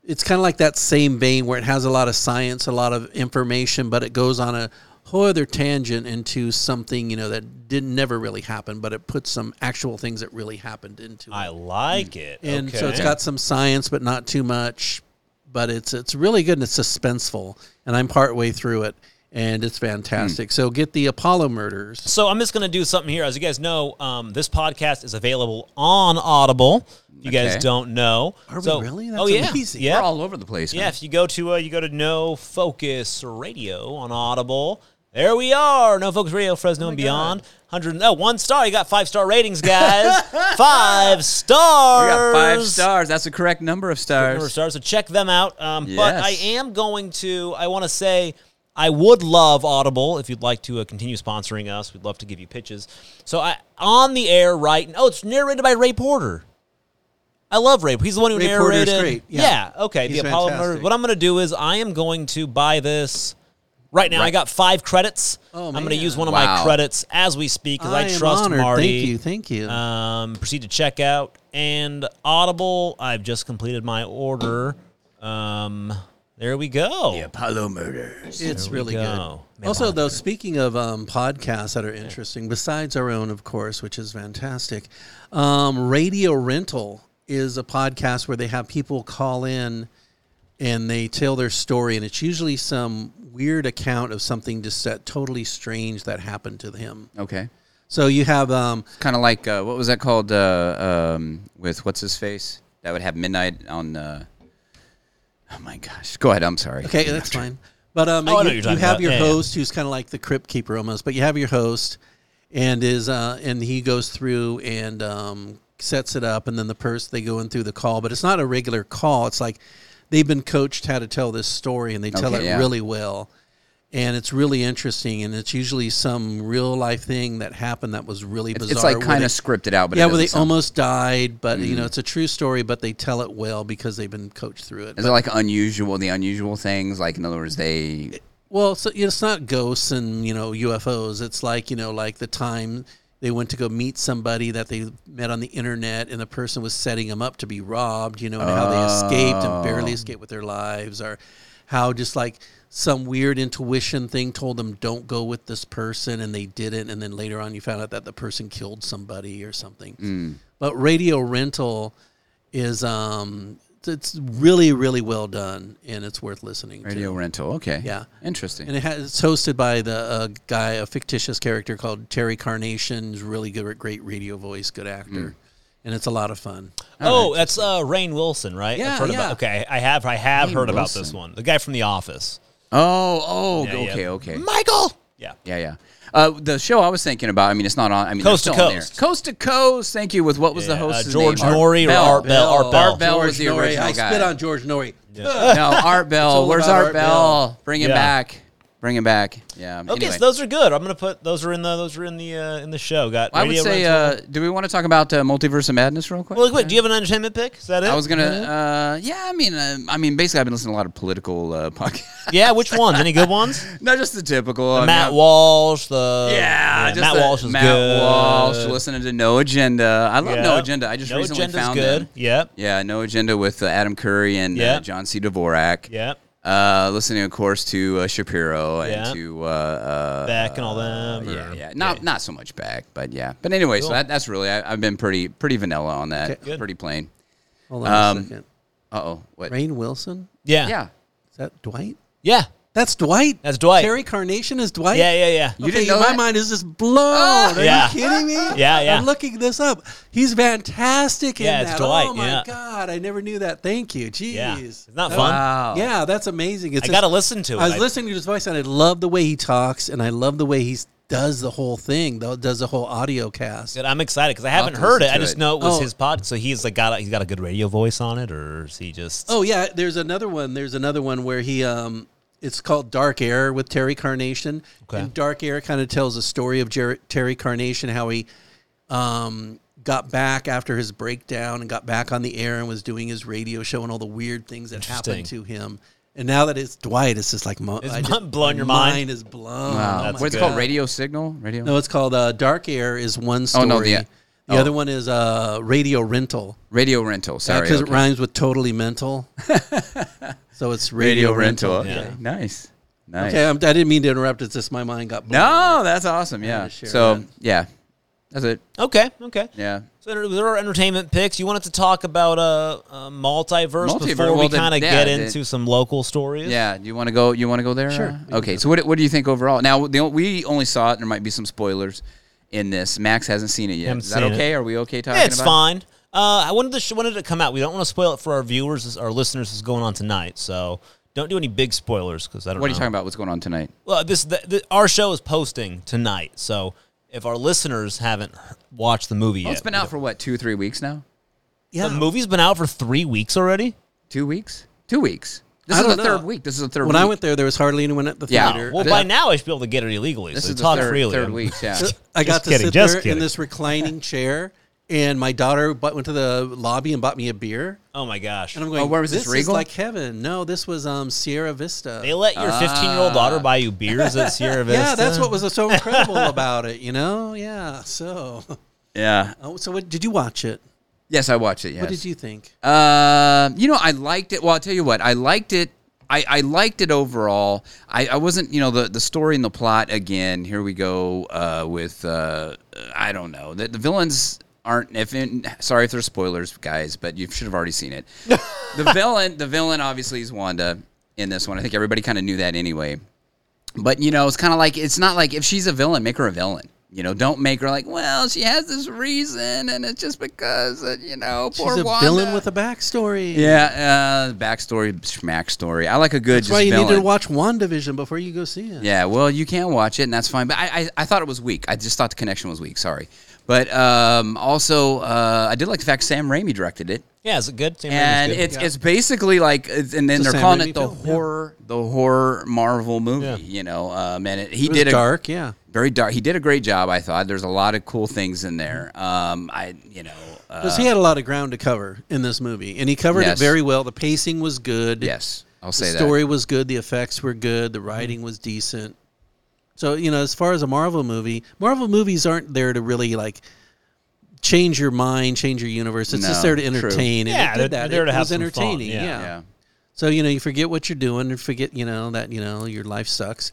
D: it's kind of like that same vein where it has a lot of science, a lot of information, but it goes on a whole other tangent into something, you know, that didn't never really happen, but it puts some actual things that really happened into it.
B: I like it.
D: And
B: okay.
D: so it's got some science, but not too much. But it's it's really good and it's suspenseful. And I'm part way through it, and it's
B: Hmm.
D: fantastic. So get the Apollo murders.
B: So I'm just going to do something here. As you guys know, um, this podcast is available on Audible. If you guys
C: Okay.
B: don't know.
D: Are we
B: so,
D: really?
B: oh
D: That's
B: yeah.
D: amazing.
B: Yeah.
C: We're all over the place.
B: Yeah,
C: man.
B: if you go to uh, you go to No Focus Radio on Audible. There we are, No Focus Radio, Fresno
D: Oh
B: and Beyond. Hundred oh, one star. You got five star ratings, guys. *laughs*
D: *laughs*
B: five stars.
C: We got five stars. That's the correct number of stars.
B: Number of stars. So check them out. Um, But
C: Yes.
B: I am going to. I want to say I would love Audible if you'd like to uh, continue sponsoring us. We'd love to give you pitches. So I on the air right. Oh, it's narrated by Ray Porter. I love Ray. He's the one who
D: Ray Porter's
B: narrated.
D: great, yeah.
B: Okay.
D: He's
B: the Apollo
D: fantastic.
B: Murder. What I'm going to do is I am going to buy this. Right now, I
C: Right.
B: got five credits.
D: Oh,
B: I'm going to
D: man.
B: use one of my
C: Wow.
B: credits as we speak because I,
D: am
B: trust
D: honored.
B: Marty
D: Thank you, thank you.
B: um, proceed to checkout and Audible. I've just completed my order. Um, there we go.
C: Apollo murders.
D: it's really
B: go.
D: good.
B: Man,
D: Also, though, speaking of um, podcasts that are interesting, besides our own, of course, which is fantastic, um, Radio Rental is a podcast where they have people call in and they tell their story, and it's usually some weird account of something just that totally strange that happened to them.
C: Okay.
D: So you have um,
C: kind of like uh, what was that called uh, um, with what's his face that would have midnight on uh, oh my gosh go ahead i'm sorry
D: okay, that's fine. But um,
B: Oh, I know what
D: you,
B: you're
D: you
B: talking
D: have
B: about.
D: your
B: Yeah, yeah.
D: host who's kind of like the crypt keeper almost, but you have your host and is uh, and he goes through and um, sets it up, and then the person they go in through the call, but it's not a regular call. It's like they've been coached how to tell this story, and they tell
C: Okay,
D: it
C: yeah.
D: really well. and it's really interesting. And it's usually some real life thing that happened that was really bizarre.
C: It's like
D: where
C: kind
D: they-
C: of scripted out, but
D: yeah,
C: it
D: where they
C: doesn't sound-
D: almost died, but
B: Mm-hmm.
D: you know it's a true story, but they tell it well because they've been coached through it.
C: Is it like unusual? The unusual things, like in other words, they
D: Well, so you know, it's not ghosts and you know UFOs. It's like you know, like the time they went to go meet somebody that they met on the internet, and the person was setting them up to be robbed. You know, and how they escaped and barely escaped with their lives, or how just like some weird intuition thing told them don't go with this person, and they didn't, and then later on you found out that the person killed somebody or something. But radio rental is um, it's really really well done, and it's worth listening. to.
C: radio rental. Okay,
D: Yeah.
C: interesting.
D: And it has, it's hosted by the uh, guy, a fictitious character called Terry Carnation. He's really good, great radio voice, good actor,
B: Hmm.
D: and it's a lot of fun.
B: Oh, that's uh, Rain Wilson, right?
D: Yeah,
B: I've heard
D: yeah.
B: about. Okay, I have. I have
C: Rainn
B: heard about this
C: Wilson.
B: one. The guy from The Office.
C: oh, oh,
B: Yeah,
C: okay,
B: yeah.
C: okay,
B: Michael. Yeah.
C: yeah, yeah. Uh, the show I was thinking about. I mean, it's not on. I mean,
B: Coast
C: they're
B: to
C: still on there.
B: Coast.
C: coast to coast. Thank you. With what was the
B: Yeah,
C: host's
B: uh, George
C: name?
B: Norrie or Art Bell.
D: Oh,
B: Art Bell.
C: Art Bell was the
D: Norrie.
C: original
D: I
C: guy.
D: spit on George Norrie.
C: No, Art Bell.
D: all
C: Where's
D: about
C: Art,
D: Art
C: Bell? Bring him
B: Yeah.
C: back. Bring him back. Yeah.
B: Okay,
C: anyway.
B: so those are good. I'm gonna put those are in the those are in the uh, in the show. Got.
C: I would
B: Radio
C: say.
B: Rental.
C: Uh, do we want to talk about uh, Multiverse of Madness real quick?
B: well, wait. Do you have an entertainment pick? Is that it?
C: I was gonna. Uh, yeah, I mean, uh, I mean, basically, I've been listening to a lot of political uh, podcasts.
B: Yeah. Which ones? Any good ones?
C: *laughs* Not just the typical I mean,
B: Matt
C: I've-
B: Walsh. The
C: Um, Yeah, just
B: Matt
C: the-
B: Walsh is
C: Matt
B: good.
C: Walsh listening to No Agenda. I love
B: Yeah.
C: No Agenda. I just
B: No
C: recently
B: Agenda's
C: found
B: good.
C: them.
B: Yep.
C: Yeah, No Agenda with uh, Adam Curry and
B: Yeah.
C: uh, John C. Dvorak.
B: Yep.
C: Uh, listening, of course, to uh, Shapiro and
B: Yeah.
C: to uh, uh,
B: Beck and all them.
C: yeah,
B: or-
C: yeah, not not so much back, but yeah. But anyway, so that, that's really I, I've been pretty pretty vanilla on that,
D: Okay.
B: Good.
C: pretty plain.
D: Hold on
C: Um,
D: a second.
C: Uh oh, what?
D: Rain Wilson?
B: Yeah.
C: Yeah,
D: Is that Dwight?
B: Yeah.
D: That's Dwight.
B: That's Dwight.
D: Terry Carnation is Dwight.
B: Yeah. Yeah. Yeah.
C: You didn't know Ah!
D: my
C: that?
D: mind is just blown. Are
B: Yeah.
D: you kidding me?
B: *laughs* Yeah, yeah.
D: I'm looking this up. He's fantastic in
B: Yeah, it's
D: that.
B: Dwight,
D: Oh my
B: yeah.
D: god, I never knew that. Thank you. Jeez.
B: Yeah. Isn't that
D: That-
B: fun?
C: Wow.
D: Yeah, that's amazing. It's
B: I
D: just-
B: gotta listen to it.
D: I was
B: I-
D: listening to his voice, and I love the way he talks, and I love the way he does the whole thing. though Does the whole audio cast?
B: Dude, I'm excited because I haven't
C: to
B: heard it.
C: listen
B: I
C: to
B: just
C: it.
B: know it was
D: Oh.
B: his pod. So he's like got a, he's got a good radio voice on it, or is he just? *laughs*
D: Oh yeah, there's another one. There's another one where he um, it's called Dark Air with Terry Carnation.
B: Okay.
D: And Dark Air kind of tells a story of Jer- Terry Carnation how he um got back after his breakdown and got back on the air and was doing his radio show and all the weird things that happened
B: Interesting.
D: to him. And now that it's Dwight, it's just like mo-
B: It's
D: I
B: blown- blown your
D: my
B: mind.
D: is blown.
C: Wow.
D: Oh my
C: Uh, What's it
B: good.
C: called? Radio signal? Radio?
D: No, it's called uh, Dark Air. Is one
C: Oh,
D: story.
C: no, the-
D: The
C: oh.
D: other one is uh, Radio Rental
C: Radio rental. Sorry.
D: because
C: okay.
D: it rhymes with
C: *laughs*
D: totally mental. so it's Radio,
C: Radio rental.
D: Rental.
C: Okay. Nice. Nice.
D: Okay, I'm, I didn't mean to interrupt. It's just my mind got blown.
C: No, that's awesome. Yeah.
D: to share
C: So
D: that.
C: yeah, that's it.
B: Okay, okay.
C: Yeah.
B: So there- there are entertainment picks. You wanted to talk about uh, uh multiverse,
C: Multiverse,
B: before we
C: well, then,
B: kind of
C: yeah,
B: get
C: then-
B: into some local stories.
C: Yeah. You want to go? You want to go there?
D: Sure.
C: Uh, Okay. So what, what do you think overall? Now the, o- we only saw it. There might be some spoilers in this. Max hasn't seen it yet.
B: Haven't
C: Is that
B: seen it.
C: okay? Are we okay talking
B: Yeah, it's
C: about?
B: fine. Uh, I wanted to sh- wanted it to come out. We don't want to spoil it for our viewers, this- our listeners. Is going on tonight, so don't do any big spoilers because I don't.
C: It? What are
B: know.
C: you talking about? What's going on tonight?
B: Well, this the, the, our show is posting tonight, so if our listeners haven't h- watched the movie yet,
C: Well, Oh, it's been out for what two, three weeks now?
D: Yeah.
B: the movie's been out for three weeks already.
C: Two weeks? Two weeks? This
D: I
C: is the
D: don't know.
C: third week. This is the third.
D: When
C: week.
D: I went there, there was hardly anyone at the
C: Yeah.
D: theater.
B: Well,
C: This-
B: by now I should be able to get it illegally.
C: this
B: so
C: is the
B: talk
C: third,
B: freely.
C: third
B: I'm-
C: week.
D: *laughs*
C: Yeah.
D: Uh, I got
B: Just
D: to
B: kidding,
D: sit
B: just
D: there
B: kidding.
D: in
C: *laughs*
D: this reclining chair, and my daughter bought, went to the lobby and bought me a beer.
B: *laughs* Oh my gosh!
D: And I'm going,
C: Oh, where was this,
D: this? is
C: Regal?"
D: like heaven. No, this was um, Sierra Vista.
B: They let your 15 year old
C: Uh,
B: daughter buy you beers at
C: *laughs*
B: Sierra Vista.
D: yeah, that's what was so incredible about it, you know? Yeah. So,
C: yeah.
D: oh, so what, did you watch it?
C: Yes, I watched it. Yes.
D: What did you think?
C: Um, you know, I liked it. Well, I'll tell you what, I liked it. I, I liked it overall. I, I wasn't, you know, the, the story and the plot again. Here we go uh, with uh, I don't know. The, the villains aren't. If in, sorry if there's spoilers, guys, but you should have already
D: *laughs*
C: seen it. the villain, the villain, obviously is Wanda in this one. I think everybody kind of knew that anyway. But you know, it's kind of like it's not like if she's a villain, make her a villain. You know, don't make her like, well, she has this reason, and it's just because uh, you know,
D: She's
C: poor
D: a
C: Wanda.
D: villain with a backstory.
C: Yeah, uh, backstory, smack story. I like a good.
D: That's
C: just
D: why you
C: villain.
D: needed to watch WandaVision before you go see it.
C: Yeah, well, you can watch it, and that's fine. But I, I, I thought it was weak. I just thought the connection was weak. Sorry, but um, also uh, I did like the fact Sam Raimi directed it.
B: Yeah, is it good? Sam
C: and
B: Raimi's good.
C: it's it's basically like, it's, and then
D: It's a
C: they're calling
D: Sam Raimi
C: it the
D: film, yeah.
C: horror, the horror Marvel movie.
B: Yeah.
C: You know, um, and it, he
D: It was
C: did a
D: dark, yeah.
C: very dark. He did a great job, I thought. There's a lot of cool things in there. Um, I, you know, uh,
D: Because he had a lot of ground to cover in this movie, and he covered
C: Yes.
D: it very well. The pacing was good.
C: yes, I'll
D: the
C: say that.
D: story was good. The effects were good. The writing was decent. So you know, as far as a Marvel movie, Marvel movies aren't there to really like change your mind, change your universe. It's just
C: No,
D: there to
C: true.
D: entertain.
B: Yeah,
D: and it
B: they're-
D: did that.
B: they're
D: it
B: to have
D: was
B: some fun,
D: entertaining.
B: yeah.
D: yeah.
C: Yeah.
D: So you know, you forget what you're doing and forget you know that you know your life sucks,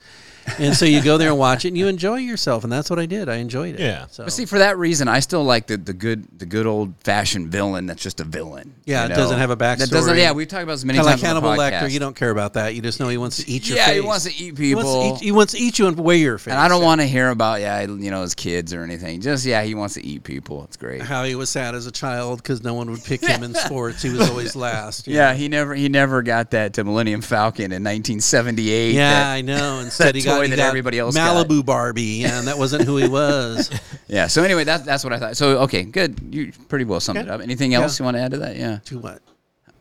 D: and so you go there and watch it and you enjoy yourself, and that's what I did. I enjoyed it.
B: Yeah.
D: So
C: But see, for that reason, I still like the, the good the good old fashioned villain that's just a villain.
D: Yeah, it doesn't have a
C: That doesn't.
D: backstory.
C: Yeah, we've talked about this many
D: kind of like
C: times.
D: Hannibal
C: on the
D: Lecter,
C: podcast.
D: you don't care about that. You just know he wants to eat your
C: Yeah,
D: face.
C: he wants to eat
D: He wants to
C: people.
D: eat- He wants to eat you and wear your face.
C: And I don't want to hear about yeah, you know, his kids or anything. Just yeah, he wants to eat people. It's
D: *laughs*
C: great.
D: how he was sad as a child because no one would pick
C: *laughs*
D: him in sports. He was always last. you
C: Yeah,
D: know.
C: he never he never got that to Millennium Falcon in 1978.
D: Yeah,
C: that-
D: I know. Instead, he got,
C: toy
D: he
C: that
D: got
C: everybody else got.
D: Malibu Barbie, and that wasn't who he
C: *laughs*
D: was.
C: yeah. So anyway, that's that's what I thought. So okay, good. You pretty well summed it up. Anything else you want to add to that? Yeah.
D: to what?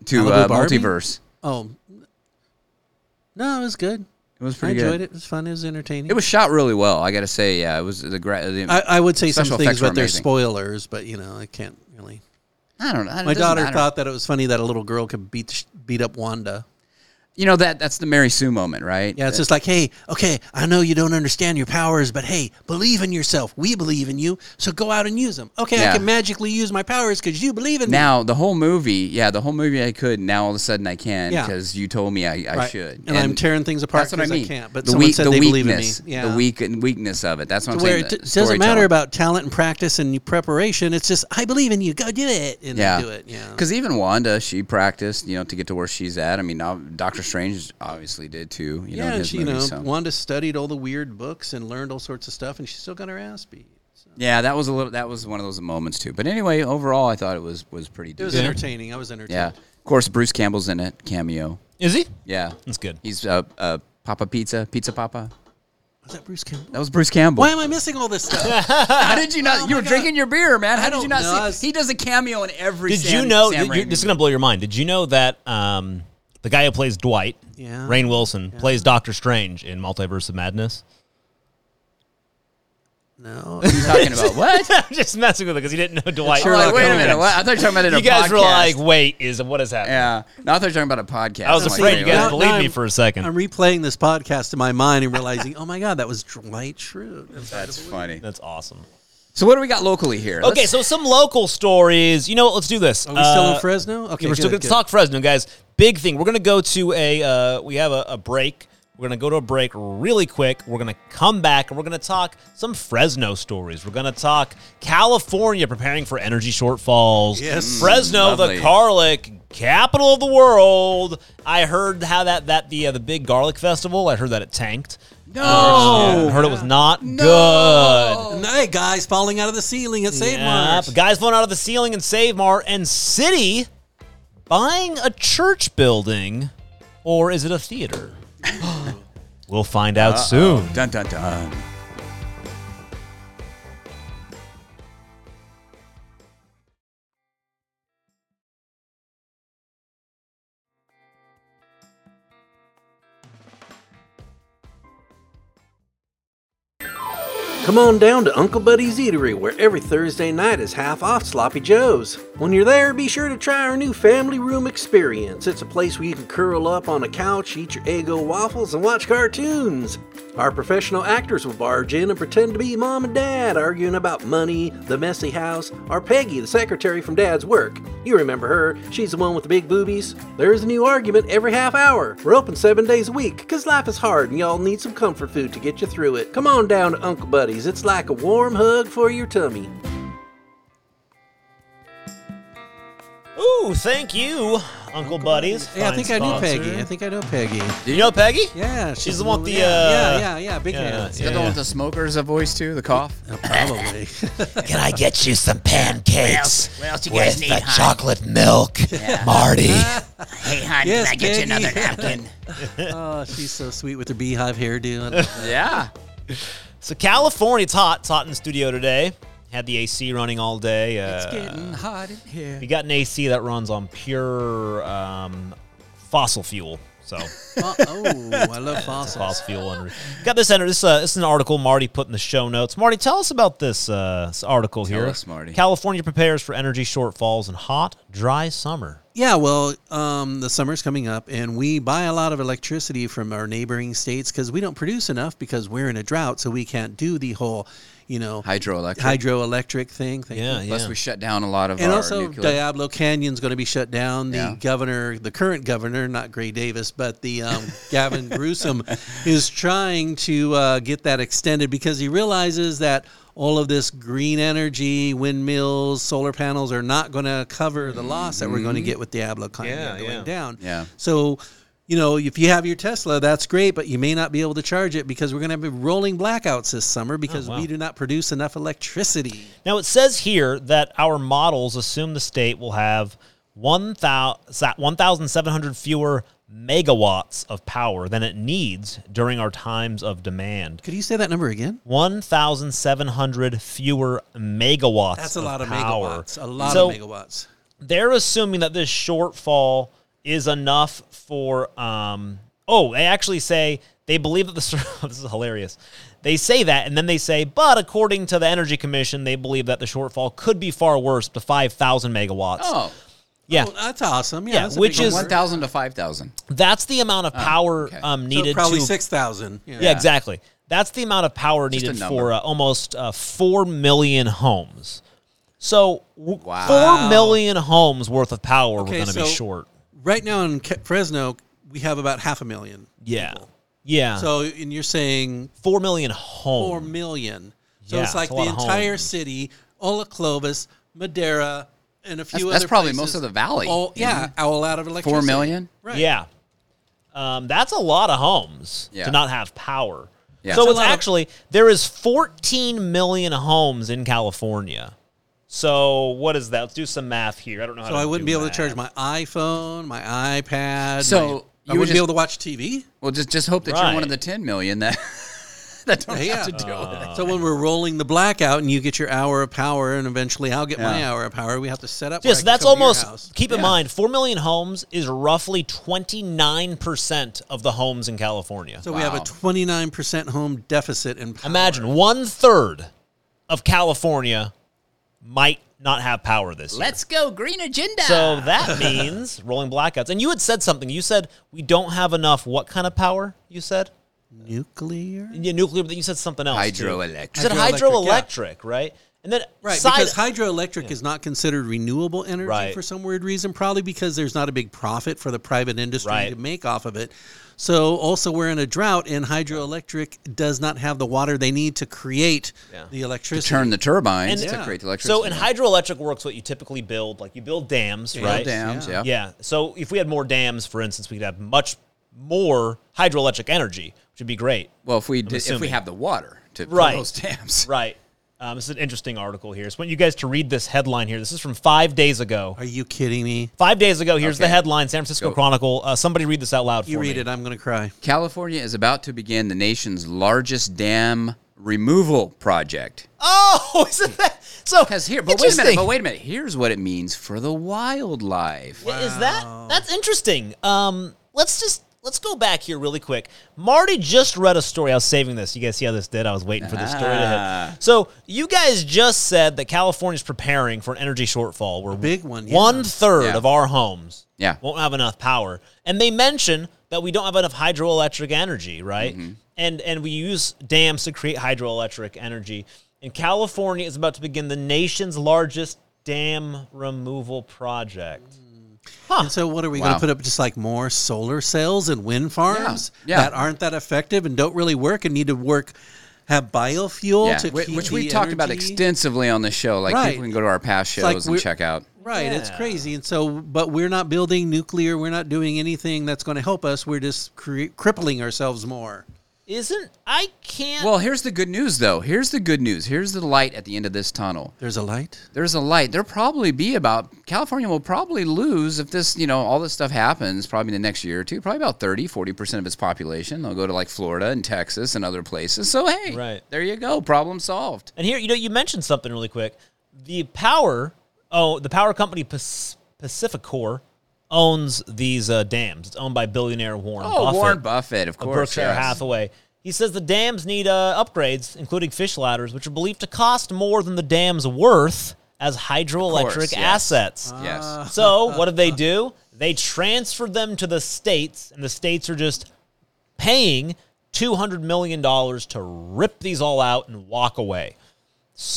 C: To
D: Malibu
C: uh,
D: Barbie?
C: multiverse.
D: Oh, no, it was good.
C: It was
D: I
C: pretty
D: enjoyed
C: good.
D: it. It was fun. It was entertaining.
C: It was shot really well. I got to say, yeah, it was the gra- the-
D: I, I would say some
C: Special
D: things,
C: effects were
D: but they're
C: amazing.
D: spoilers. But you know, I can't really.
C: I don't know. It
D: My
C: doesn't
D: daughter
C: matter.
D: thought that it was funny that a little girl could beat the sh- beat up Wanda.
C: you know that that's the Mary Sue moment, right?
D: Yeah, it's just like, hey, okay, I know you don't understand your powers, but hey, believe in yourself. We believe in you, so go out and use them. Okay,
C: Yeah.
D: I can magically use my powers because you believe in me.
C: Now the whole movie, yeah, the whole movie I could. Now all of a sudden I can
D: Yeah.
C: because you told me I, I
D: Right.
C: should.
D: And I'm tearing things
C: That's
D: apart
C: what I
D: 'cause I
C: mean.
D: can't, but
C: the
D: someone
C: weak,
D: said
C: the
D: they believe in
C: weakness,
D: me. Yeah.
C: the weak weakness of it. That's what
D: To
C: I'm
D: where
C: saying.
D: it
C: the
D: d- doesn't matter
C: storytelling.
D: about talent and practice and preparation. It's just I believe in you. Go do it and
C: yeah,
D: do it. Yeah,
C: Because even Wanda, she practiced, you know, to get to where she's at. I mean, ob- Doctor Strange obviously did too. You know,
D: yeah.
C: in
D: and
C: his
D: she, you
C: movies,
D: know,
C: so.
D: Wanda studied all the weird books and learned all sorts of stuff, and she still got her ass beat. So
C: yeah, that was a little. That was one of those moments too. But anyway, overall, I thought it was was pretty.
D: it was
C: decent.
D: entertaining. I was entertained.
C: yeah. Of course, Bruce Campbell's in it. Cameo.
B: is he?
C: Yeah,
B: That's good.
C: He's uh, uh, Papa Pizza, Pizza Papa.
D: Was that Bruce Campbell?
C: That was Bruce Campbell.
D: Why am I missing all this stuff?
B: *laughs*
C: How did you not?
B: Oh
C: you were drinking your beer, man. How did you not
D: don't know.
C: see?
D: I was-
C: He does a cameo in every.
B: Did
C: Sam-
B: you know?
C: Sam
B: you- you-
C: Raimi
B: this is gonna blow your mind. Did you know that um, the guy who plays Dwight,
D: Yeah.
B: Rain Wilson, plays Doctor Strange in Multiverse of Madness? *laughs*
D: no.
C: movie. You're talking
B: *laughs*
C: about what? I'm
B: I'm just messing with it because he didn't know Dwight.
D: Sherlock
C: like, wait a
D: Holmes.
C: minute. What? I thought you were talking about it in
B: You
C: a
B: guys were
C: podcast.
B: like, "Wait, is what is happening?"
C: yeah. No, I thought you were talking about a podcast.
B: I was
C: I'm like,
B: afraid
C: wait,
B: you guys
C: what?
B: believed
D: now
B: me
D: I'm-
B: for a second.
D: I'm replaying this podcast in my mind and realizing, *laughs* oh my god, that was Dwight Schrute.
C: That's funny.
B: That's awesome.
C: So what do we got locally here?
B: Okay,
C: Let's-
B: so some local stories. You know what? Let's do this.
D: Are we still in
B: Uh,
D: Fresno? Okay,
B: Yeah, we're still
D: good,
B: going to
D: good.
B: talk Fresno, guys. Big thing. We're going to go to a. Uh, we have a, a break. We're going to go to a break really quick. We're going to come back and we're going to talk some Fresno stories. We're going to talk California preparing for energy shortfalls. Mm,
D: Yes.
B: Fresno,
C: lovely.
B: the garlic capital of the world. I heard how that that the uh, the big garlic festival. I heard that it tanked. No, I heard it was not good.
D: And, Oh, Hey guys, falling out of the ceiling at Save Mart.
B: Yep. Guys falling out of the ceiling in Save Mart and City buying a church building, or is it a *gasps* theater? we'll find out soon.
C: Dun dun dun.
D: Come on down to Uncle Buddy's Eatery, where every Thursday night is half off Sloppy Joe's. When you're there, be sure to try our new family room experience. It's a place where you can curl up on a couch, eat your Eggo waffles, and watch cartoons. Our professional actors will barge in and pretend to be mom and dad, arguing about money, the messy house, or Peggy, the secretary from dad's work. You remember her, she's the one with the big boobies. There's a new argument every half hour. We're open seven days a week, because life is hard and y'all need some comfort food to get you through it. Come on down to Uncle Buddy's, it's like a warm hug for your tummy.
B: Ooh, thank you, Uncle, Buddies. Fine sponsor.
D: think I know Peggy.
B: You know Peggy?
D: Yeah,
B: she's the one with the, uh,
D: yeah, big
B: yeah,
C: Is that the one with the smokers, a voice too, the cough.
B: *laughs*
D: Probably.
E: Can I get you some pancakes
C: What else you guys
E: with
C: need,
E: the
C: hon?
E: chocolate milk, Marty?
C: *laughs*
B: *laughs*
C: Hey, hon,
D: Yes, I get you Peggy. another
C: napkin?
D: oh, she's so sweet with
B: *laughs*
D: her beehive hairdo.
C: yeah.
B: So California, it's hot. It's hot in the studio today. Had the AC running all day.
F: It's
B: Uh,
F: getting hot in here.
B: you got an AC that runs on pure um, fossil fuel.
C: *laughs*
B: So
D: Oh, oh, I love fossils.
B: fossil fuel. Under- got this under this. Uh, this is an article Marty put in the show notes. Marty, tell us about this, uh, this article here.
C: us, Marty.
B: California prepares for energy shortfalls in hot, dry summer.
D: Yeah, well, um, the summer's coming up, and we buy a lot of electricity from our neighboring states because we don't produce enough because we're in a drought, so we can't do the whole, you know,
C: Hydroelectric.
D: hydroelectric thing. Thank
B: Yeah,
D: you.
C: Plus,
B: yeah.
C: we shut down a lot of
D: And
C: our
D: also,
C: nuclear.
D: Diablo Canyon's going to be shut down. The
C: Yeah.
D: governor, the current governor, not Gray Davis, but the um, Gavin Newsom, is trying to uh, get that extended because he realizes that all of this green energy, windmills, solar panels are not going to cover the loss that we're going to get with Diablo Canyon
B: Yeah,
D: going
B: yeah.
D: down.
C: Yeah.
D: So. You know, if you have your Tesla, that's great, but you may not be able to charge it because we're going to have rolling blackouts this summer because
B: wow.
D: we do not produce enough electricity.
B: Now it says here that our models assume the state will have 1,700 fewer megawatts of power than it needs during our times of demand.
D: Could you say that number again?
B: 1,700 fewer megawatts.
D: That's a lot of
B: power.
D: megawatts. A lot
B: So
D: of megawatts.
B: They're assuming that this shortfall is enough for. Um, oh, they actually say they believe that the. sur- *laughs* This is hilarious. They say that, and then they say, but according to the Energy Commission, they believe that the shortfall could be far worse, up to 5,000 megawatts.
C: oh,
B: yeah.
D: Well, that's awesome. Yeah,
B: Yeah,
D: that's a
B: which
D: big
B: is-
D: number.
C: one thousand to five thousand.
B: That's the amount of power
C: okay.
B: um,
D: Oh, So
B: needed
D: probably
B: to.
D: six thousand.
B: Yeah, exactly. That's the amount of power
C: a
B: needed
C: number.
B: for uh, almost uh, 4 million homes. So, w-
C: Wow.
B: 4 million homes worth of power
D: Okay,
B: we're going to
D: so-
B: be short.
D: Right now in Ca- Fresno, we have about half a million.
B: Yeah. Yeah.
D: So, and you're saying
B: 4 million homes.
D: four million. So
B: Yeah,
D: it's like
B: it's a
D: the
B: lot of
D: entire
B: homes.
D: city, all of Clovis, Madera, and a few
C: That's-
D: other.
C: that's probably
D: places,
C: most of the valley. Mm-hmm.
D: All, yeah, all out of electricity.
C: Four million.
D: Right.
B: Yeah. Um, that's a lot of homes
C: Yeah.
B: to not have power.
C: Yeah.
B: So
C: It's a
B: it's
D: lot of-
B: actually there is 14 million homes in California. So what is that? Let's do some math here. I don't know how
D: So
B: to
D: I wouldn't
B: do
D: be able
B: math.
D: to charge my iPhone, my iPad.
C: So
D: my-
C: you
D: I
C: would
D: wouldn't be
C: just-
D: able to watch TV.
C: Well, just just hope that you're
B: Right.
C: one of the ten million that that don't
D: Yeah. Uh,
C: have to deal with it.
D: So when we're rolling the blackout and you get your hour of power, and eventually I'll get my
C: Yeah.
D: hour of power, we have to set up. where
B: Yeah,
D: I
B: so
D: can
B: that's
D: come to your
B: almost.
D: house.
B: Keep in mind, four million homes is roughly twenty nine percent of the homes in California.
D: So we have a
C: Wow.
D: 29% home deficit in power.
B: Imagine one third of California might not have power this year.
C: Let's go green agenda.
D: *laughs*
B: So that means rolling blackouts. And you had said something. You said we don't have enough. What kind of power? You said
D: nuclear.
B: yeah, nuclear, but then you said something else. too.
C: Hydroelectric.
B: You said
D: Hydroelectric, yeah.
B: hydroelectric, right? And then
D: Right,
B: side-
D: because hydroelectric is not considered renewable energy
B: Right.
D: for some weird reason, probably because there's not a big profit for the private industry
B: Right.
D: to make off of it. So also we're in a drought and hydroelectric does not have the water they need to create
B: Yeah.
D: the electricity.
C: turn the turbines
B: And-
C: to
D: Yeah.
C: create the electricity.
B: so in hydroelectric works what you typically build, like you build dams,
C: Build
B: right?
C: dams, yeah.
B: Yeah. So if we had more dams, for instance, we'd have much more hydroelectric energy, which would be great.
C: Well, if we did, if we
B: assuming.
C: have the water to fill
B: Right.
C: those dams.
B: Right. Um, this is an interesting article here. So I want you guys to read this headline here. This is from five days ago.
D: Are you kidding me?
B: Five days ago, here's the
C: Okay.
B: headline San Francisco
C: Go.
B: Chronicle. Uh, somebody read this out loud
D: You
B: for
D: read
B: me.
D: it, I'm going to cry.
C: California is about to begin the nation's largest dam removal project.
B: Oh, *laughs* isn't that so?
C: Because here, but wait a minute.
B: interesting.
C: But wait a minute. Here's what it means for the wildlife.
B: Is that that's interesting? Um, let's just let's go back here really quick. Marty just read a story. I was saving this. You guys see how this did? I was waiting for this story to
C: Ah.
B: hit. So you guys just said that California's preparing for an energy shortfall. Where
D: big one, yeah.
B: One third
C: Yeah.
B: of our homes.
C: Yeah.
B: Won't have enough power, and they mention that we don't have enough hydroelectric energy, right? And and we use dams to create hydroelectric energy. And California is about to begin the nation's largest dam removal project.
D: And so, what are we going
C: Wow.
D: to put up? Just like more solar cells and wind farms
C: Yeah, yeah.
D: that aren't that effective and don't really work and need to work, have biofuel
C: Yeah,
D: to
C: whi-
D: keep
C: which we
D: the
C: talked about
D: energy.
C: extensively on the show. Like
D: Right.
C: people can go to our past shows
D: like
C: and
D: we're-
C: check out.
D: Right, it's crazy. And so, but we're not building nuclear. We're not doing anything that's going to help us. We're just cre- crippling ourselves more.
B: Isn't I can't.
C: Well, here's the good news, though. Here's the good news. Here's the light at the end of this tunnel.
D: There's a light.
C: There's a light. There'll probably be about California will probably lose if this, you know, all this stuff happens probably in the next year or two. Probably about 30, 40 percent of its population. They'll go to like Florida and Texas and other places. So hey,
B: Right.
C: there you go. Problem solved.
B: and here, you know, you mentioned something really quick. The power, oh, the power company Pac- Pacificor owns these uh, dams. It's owned by billionaire Warren
C: Oh,
B: Buffett.
C: Warren Buffett, of
B: of
C: course.
B: Berkshire
C: yes.
B: Hathaway. He says the dams need uh, upgrades, including fish ladders, which are believed to cost more than the dam's worth as hydroelectric
C: Of course, yes. Uh-huh.
B: assets.
C: Yes.
D: Ah.
B: So what did they do? They transferred them to the states, and the states are just paying two hundred million dollars to rip these all out and walk away.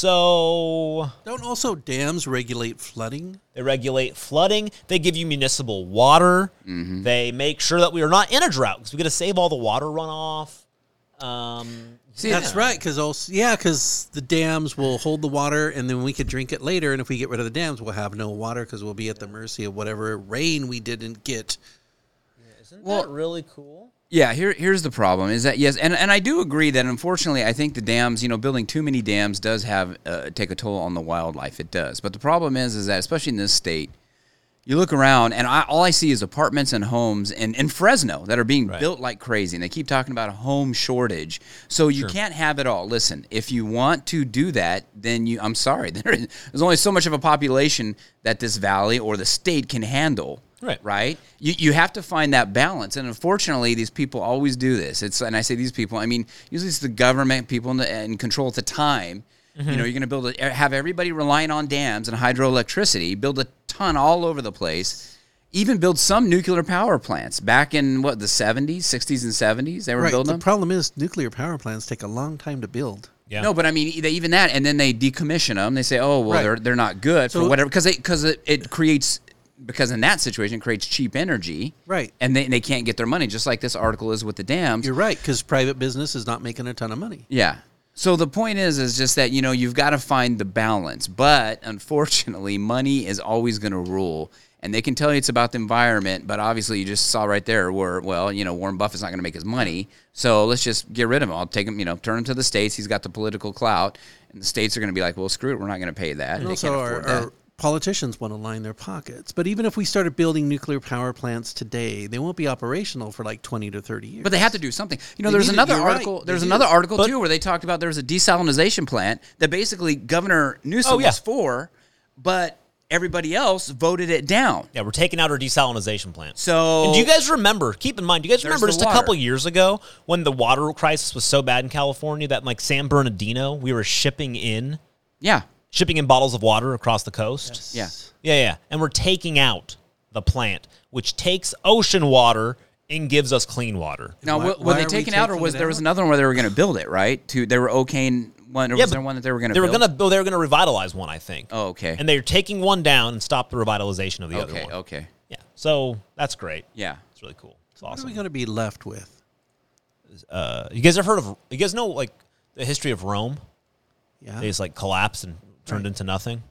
B: So
D: Don't also dams regulate flooding?
B: they regulate flooding. They give you municipal water.
C: Mm-hmm.
B: They make sure that we are not in a drought because we got to save all the water runoff. Um,
C: See,
D: That's right, because also yeah, because the dams will hold the water, and then we could drink it later. And if we get rid of the dams, we'll have no water because we'll be at the mercy of whatever rain we didn't get.
B: isn't
C: Well-
B: that really cool?
C: Yeah, here, here's the problem is that yes, and, and I do agree that unfortunately I think the dams, you know, building too many dams does have uh, take a toll on the wildlife. It does, but the problem is is that especially in this state, you look around and I, all I see is apartments and homes in, in Fresno that are being built like crazy. And they keep talking about a home shortage. So you can't have it all. Listen, if you want to do that, then you, I'm sorry, *laughs* there is, there's only so much of a population that this valley or the state can handle.
B: Right.
C: Right. You, you have to find that balance. And unfortunately, these people always do this. It's, and I say these people, I mean, usually it's the government, people in, the, in control at the time.
D: Mm-hmm.
C: You know, you're going to build a, eh, have everybody relying on dams and hydroelectricity, build a ton all over the place. Even build some nuclear power plants back in what the 70s, 60s, and 70s. They were
D: Right.
C: building
D: The
C: them.
D: problem is nuclear power plants take a long time to build.
B: Yeah.
C: No, but I mean, they, even that, and then they decommission them. They say, oh, well,
D: Right.
C: they're they're not good
D: So-
C: for whatever, because because it, it creates because in that situation it creates cheap energy,
D: Right.
C: And they, they can't get their money, just like this article is with the dams.
D: You're right, because private business is not making a ton of money.
C: yeah. So the point is, is just that you know you've got to find the balance, but unfortunately, money is always going to rule. And they can tell you it's about the environment, but obviously you just saw right there where, well, you know, Warren Buffett's not going to make his money, so let's just get rid of him. I'll take him, you know, turn him to the states. He's got the political clout, and the states are going to be like, well, screw it, we're not going to pay that.
D: And
C: They
D: also,
C: can't
D: our,
C: afford that.
D: our politicians want to line their pockets. But even if we started building nuclear power plants today, they won't be operational for like 20 to 30 years.
C: But they have to do something. You know,
D: They
C: there's
D: need it.
C: another
D: You're right.
C: article.
D: They
C: There's
D: do.
C: another article
B: But-
C: too where they talked about there was a desalinization plant that basically Governor Newsom
B: Oh, yeah.
C: was for, but everybody else voted it down.
B: Yeah, we're taking out our desalinization plant.
C: So-
B: and do you guys remember? Keep in mind, do you guys
C: There's
B: remember
C: the
B: just a
C: water.
B: couple years ago when the water crisis was so bad in California that like San Bernardino, we were shipping in
C: Yeah,
B: shipping in bottles of water across the coast.
C: yeah.
B: Yeah, yeah. And we're taking out the plant, which takes ocean water and gives us clean water.
C: Now,
D: Why-
C: were-
D: why
C: were they
D: are we
C: taken out, or
D: taking
C: was
D: it
C: there was
D: out?
C: another one where they were going to build it? Right? To they were okaying one. Or was
B: but
C: there one that they were going to?
B: They were
C: build?
B: gonna oh, they were gonna revitalize one, I think.
C: Oh, okay.
B: And they're taking one down and stop the revitalization of the other
C: okay.
B: one.
C: Okay.
B: Yeah. So that's great.
C: Yeah.
B: It's really cool. It's
D: what are
B: awesome.
D: we going to be left with?
B: Uh, you guys have heard of you guys know like the history of Rome?
D: Yeah.
B: They just like collapsed and turned into nothing.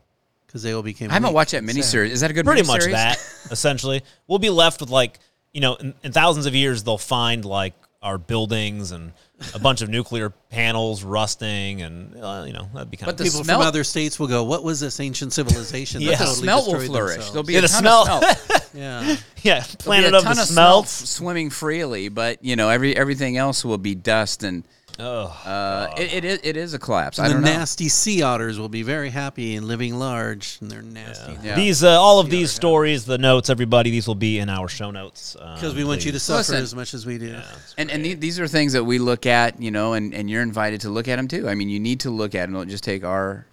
D: Because they all became.
C: I haven't
D: weak.
C: watched that miniseries. Is that a good
B: uh, pretty much
C: miniseries?
B: that essentially we'll be left with like you know in, in thousands of years they'll find like our buildings and a bunch of nuclear panels rusting and uh, you know that'd be kind
C: But
B: of
C: the
D: People
C: smell-
D: from other states will go, what was this ancient civilization?
C: *laughs*
D: that
B: Yeah. The
D: totally
C: Smell will
D: destroyed
C: flourish.
D: themselves?"
C: There'll be
B: Yeah,
C: a
B: the
C: ton
B: smell- *laughs*
C: of smell.
D: Yeah.
B: yeah planet
C: There'll
B: of
C: be
B: the
C: a ton smell
B: smelts
C: f- swimming freely, but you know every everything else will be dust and. uh, it, it is it is a collapse. *laughs* I
D: the
C: don't know.
D: nasty sea otters will be very happy and living large, and they're nasty.
C: Yeah.
B: these uh, all of these stories the notes everybody these will be in our show notes um,
D: Because we want you to suffer
C: Listen.
D: as much as we do.
C: and and the- these are things that we look at, you know, and, and you're invited to look at them too. I mean, you need to look at them. Don't just take
D: *laughs*
C: our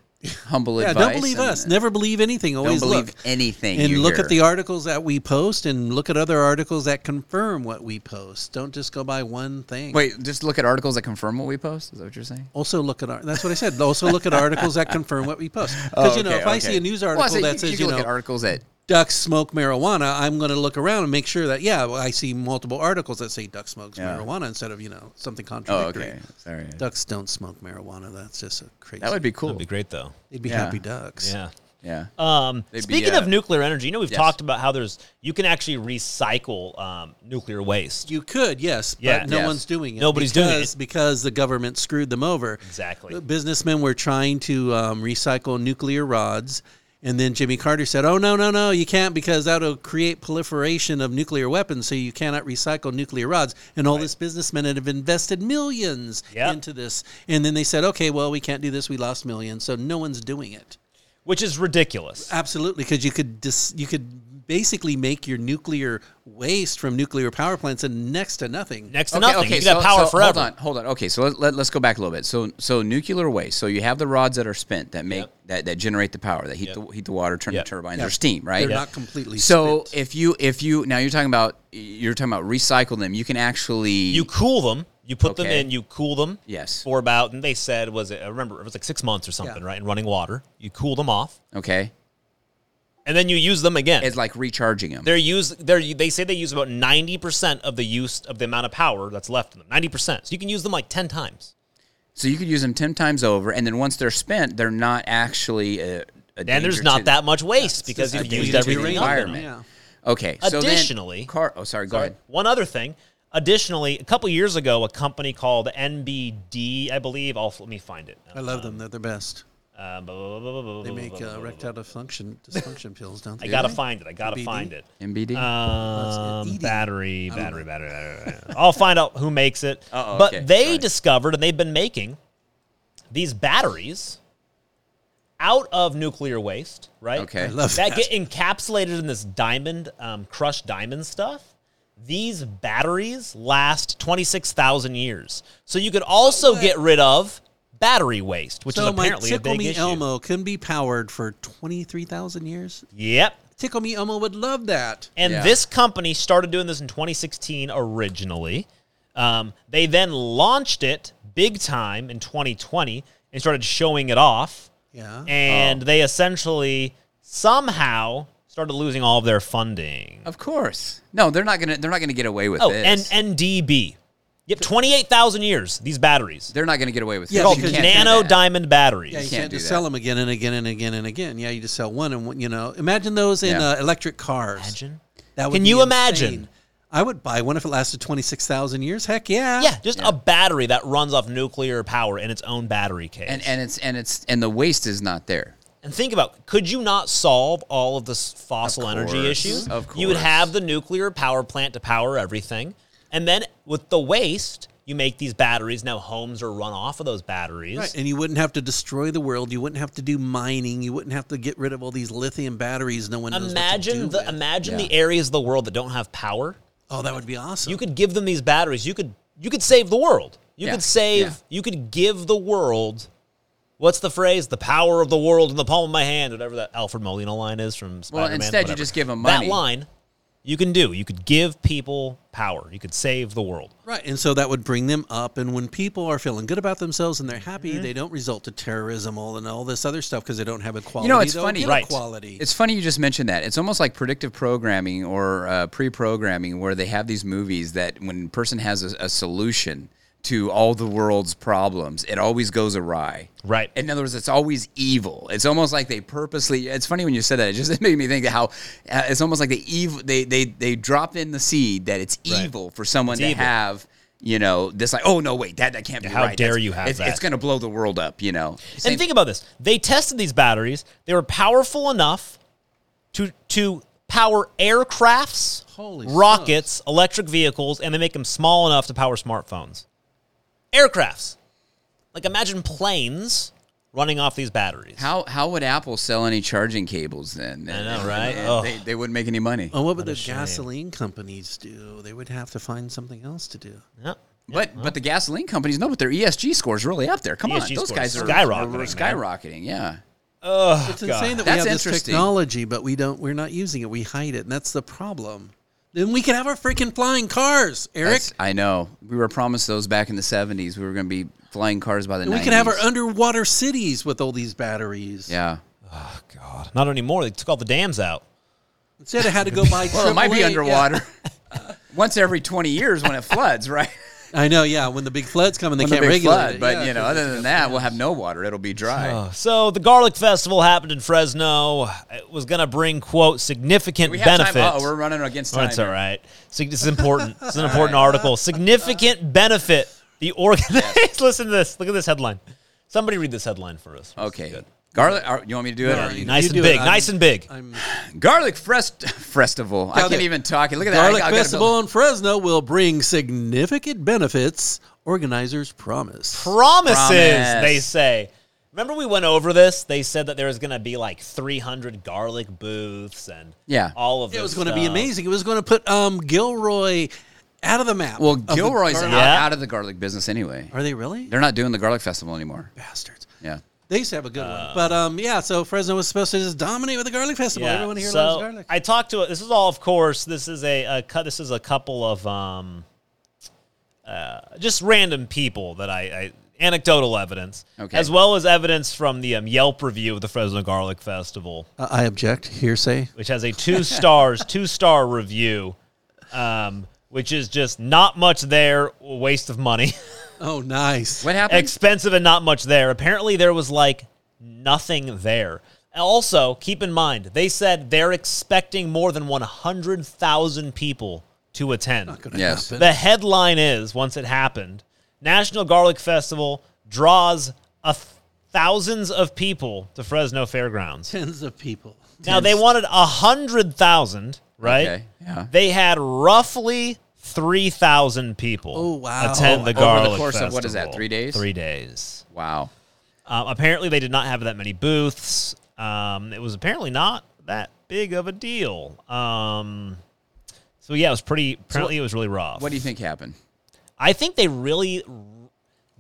C: humble
D: Yeah,
C: advice.
D: don't believe
C: and-
D: us. Never believe anything.
C: Don't
D: Always
C: believe
D: look.
C: anything.
D: and
C: you
D: look
C: hear.
D: at the articles that we post and look at other articles that confirm what we post. Don't just go by one thing.
C: wait. Just look at articles that confirm what we post. Is that what you're saying?
D: Also look at our, that's what I said. Also look at articles that confirm what we post. Because you know,
C: Oh, Okay,
D: if I see
C: okay.
D: a news
C: Well, I
D: article
C: say
D: that
C: you, you,
D: says you,
C: can look
D: know
C: at articles that
D: ducks smoke marijuana, I'm going to look around and make sure that yeah, well, I see multiple articles that say duck smokes
C: Yeah.
D: marijuana instead of you know something
C: oh
D: contradictory.
C: okay sorry
D: Ducks don't smoke marijuana. That's just a crazy.
C: that would be cool.
B: would be great though
D: They'd be
C: yeah.
D: happy ducks.
B: yeah
C: Yeah.
B: Um,
C: They'd be,
B: speaking
C: uh,
B: of nuclear energy, you know we've
C: yes.
B: talked about how there's you can actually recycle um, nuclear waste.
D: You could, yes, but
B: Yeah.
D: no
C: Yes.
D: one's doing it.
B: Nobody's doing
D: because,
B: it.
D: because the government screwed them over.
B: Exactly.
D: Uh, Businessmen were trying to um, recycle nuclear rods, and then Jimmy Carter said, "Oh no, no, no, you can't because that'll create proliferation of nuclear weapons, so you cannot recycle nuclear rods." And all this businessmen have invested millions
B: Yep.
D: into this, and then they said, "Okay, well, we can't do this. We lost millions, so no one's doing it."
B: which is
C: Uh,
B: ridiculous.
D: Absolutely, because you could dis- you could basically make your nuclear waste from nuclear power plants and next to nothing.
B: Next to nothing. you can have power forever.
C: Hold on, hold on. Okay, so let, let, us go back a little bit. So so nuclear waste. So you have the rods that are spent that make that, that generate the power that heat the heat the water, turn
B: Yep.
C: the turbines or steam, right?
D: They're not completely
C: So
D: spent.
C: if you if you now you're talking about you're talking about recycle them, you can actually
B: You cool them. You put them
C: Okay.
B: in. You cool them.
C: Yes.
B: For about and they said was it? I remember it was like six months or something, right? In running water, you cool them off,
C: okay.
B: and then you use them again.
C: It's like recharging them.
B: they're used. They're they say they use about ninety percent of the use of the amount of power that's left in them. Ninety percent. So you can use them like ten times.
C: So you could use them ten times over, and then once they're spent, they're not actually a, a
B: And there's
C: danger
B: not
C: to-
B: that much waste because
D: a
B: you've
D: danger
B: used
D: to
B: everything.
D: the
B: in them.
C: environment.
D: Yeah.
C: Okay. so then-
B: Additionally-
C: car. Oh, sorry. Go
B: Sorry.
C: ahead.
B: One other thing. Additionally, a couple years ago, a company called NBD, I believe. I'll let me find it.
D: I love them; they're the best.
B: Uh,
D: They make uh,
B: *laughs*
D: erectile dysfunction dysfunction pills, don't they?
B: I gotta find it. I gotta find it.
C: MBD.
B: Um,
D: ED.
B: battery, battery, battery, battery, battery. I'll find out who makes it.
C: Uh-oh,
B: but
C: okay,
B: they
C: sorry.
B: discovered, and they've been making these batteries out of nuclear waste, right?
C: Okay. I
D: love
B: that. get encapsulated in this diamond, um, crushed diamond stuff. These batteries last twenty six thousand years, so you could also get rid of battery waste, which
D: So
B: is
D: my
B: apparently a
D: tickle
B: big
D: me
B: issue.
D: Elmo can be powered for twenty three thousand years.
B: Yep.
D: Tickle me Elmo would love that.
B: And
C: Yeah.
B: this company started doing this in 2016 originally. Um, they then launched it big time in 2020 and started showing it off.
D: Yeah.
C: Oh.
B: And they essentially somehow started losing all of their funding.
C: Of course. No, they're not gonna. They're not gonna get away with
B: Oh, and
C: this.
B: NDB. Yep, 28,000 years, these batteries.
C: they're not gonna get away with
D: Yeah,
C: this.
D: because
C: You can't do
B: Nano
C: that.
B: diamond batteries.
D: yeah, you
C: can't
D: can't
C: do that.
D: just sell them again and again and again and again. Yeah, you just sell one and one, you know. Imagine those in
C: Yeah.
D: uh, electric cars.
B: Imagine.
D: That
B: Can
D: be
B: you imagine?
D: insane. I would buy one if it lasted twenty six thousand years. Heck yeah.
B: Yeah, just a battery that runs off nuclear power in its own battery case.
C: And and it's and it's and the waste is not there.
B: And think about could you not solve all of the s- fossil
C: Of
B: energy
C: course,
B: issues?
C: of
B: You would
C: course.
B: have the nuclear power plant to power everything. And then with the waste, you make these batteries. Now homes are run off of those batteries.
D: Right, and you wouldn't have to destroy the world. You wouldn't have to do mining. You wouldn't have to get rid of all these lithium batteries. No one knows
B: Imagine
D: what to do
B: the
D: with.
B: imagine
C: Yeah.
B: the areas of the world that don't have power.
D: oh, that would be awesome.
B: You could give them these batteries. You could you could save the world. You
C: Yeah,
B: could save
C: yeah.
B: you could give the world what's the phrase? The power of the world in the palm of my hand, whatever that Alfred Molina line is from Spider-Man.
C: Well, instead you
B: whatever.
C: just give them money.
B: that line you can do you could give people power you could save the world
D: Right, and so that would bring them up. And when people are feeling good about themselves and they're happy,
B: Mm-hmm.
D: they don't result to terrorism all and all this other stuff because they don't have equality.
C: it's
D: They'll
C: funny-
D: get
B: Right.
D: Equality.
C: It's funny you just mentioned that. It's almost like predictive programming or uh, pre-programming, where they have these movies that when a person has a, a solution to all the world's problems, it always goes awry.
B: Right.
C: In other words, it's always evil. It's almost like they purposely. It's funny when you said that. It just *laughs* it made me think how uh, it's almost like they evil. They they they drop in the seed that it's evil for someone to
B: evil.
C: have. You know, this like, oh no, wait, that that can't be
B: How
C: right.
B: dare
C: That's-
B: you have
C: it's,
B: that."
C: It's gonna blow the world up. You know. Same-
B: and think about this they tested these batteries they were powerful enough to to power aircrafts
D: Holy
B: rockets electric vehicles and they make them small enough to power smartphones aircrafts like imagine planes running off these batteries
C: How how would Apple sell any charging cables then? I
B: know, right? Oh,
C: They, they wouldn't make any money.
D: and what would the gasoline companies do? They would have to find something else to do.
B: Yep.
C: but but the gasoline companies know, but their E ESG score's really up there. Come on,
B: ESG
C: those
B: score's
C: guys are
B: skyrocketing,
C: are
B: man.
C: skyrocketing. Yeah,
B: Oh,
D: It's insane that we
C: That's
D: have this
C: interesting.
D: technology, but we don't. We're not using it. We hide it, and that's the problem. Then we could have our freaking flying cars, Eric.
C: That's- I know. We were promised those back in the '70s. We were going to be flying cars by the.
D: And
C: 90s.
D: we could have our underwater cities with all these batteries.
C: yeah.
B: god not anymore they took all the dams out
D: Instead of had to go buy.
C: *laughs* Well, it might
D: AAA,
C: be *laughs*
D: yeah.
C: underwater. Once every 20 years when it floods, right?
D: I know, yeah. When the big floods come and they
C: When the
D: can't Oh,
C: big
D: regulate
C: flood,
D: it,
C: but
D: yeah,
C: you know,
D: 'cause
C: other than that, we'll have no water. It'll be dry.
B: So the Garlic Festival happened in Fresno. It was going to bring quote significant
C: we have
B: benefits.
C: time. Oh, we're running against time.
B: That's all right. Sig- This is important. This is an important article. Significant benefit. The *laughs* organ. Listen to this. Look at this headline. Somebody read this headline for us.
C: Okay. Garlic. are- You want me to do it? or you-
B: Nice
D: You
B: and
D: do it.
B: big.
D: I'm-
B: nice and big.
D: I'm,
C: Garlic Frest *laughs* Festival. I
D: Got
C: can't
D: it.
C: even talk. Look at
D: Garlic
C: that. I- I gotta
D: Festival in Fresno will bring significant benefits, organizers promise.
B: promises,
C: Promise.
B: they say. Remember we went over this? They said that there was going to be like 300 garlic booths and
C: Yeah.
B: all of
D: It
B: this
D: was going to be
B: stuff.
D: amazing. It was going to put um, Gilroy out of the map.
C: Well,
D: of the
C: Gilroy's out,
D: garlic-
B: Yeah.
C: out of the garlic business anyway.
D: Are they really?
C: They're not doing the garlic festival anymore.
D: bastards.
C: Yeah.
D: They used to have a good
B: Uh,
D: one, but um, yeah. So Fresno was supposed to just dominate with the garlic festival.
B: Yeah.
D: Everyone here
B: so
D: loves garlic.
B: I talked to this is all of course this is a, a cut this is a couple of um uh, just random people that I, I anecdotal evidence
C: Okay.
B: as well as evidence from the um, Yelp review of the Fresno Garlic Festival
D: Uh, I object. Hearsay.
B: which has a two stars, two star review, um, which is just not much there, a waste of money, *laughs*
D: Oh, nice.
C: What happened?
B: expensive and not much there. Apparently, there was like nothing there. Also, keep in mind, they said they're expecting more than 100,000 people to attend.
C: yes.
B: The headline is once it happened, National Garlic Festival draws a th- thousands of people to Fresno Fairgrounds.
D: Tens of people.
B: Now they wanted a hundred thousand, right?
C: Okay, yeah.
B: They had roughly three thousand people.
D: Oh, wow.
B: Attend the
D: Over
C: the
B: garlic
C: course of what is that,
B: Festival.
C: three days?
B: Three days.
C: Wow.
B: Um, apparently, they did not have that many booths. Um, it was apparently not that big of a deal. Um, so yeah, it was pretty. Apparently, it was really rough.
C: What do you think happened?
B: I think they really r-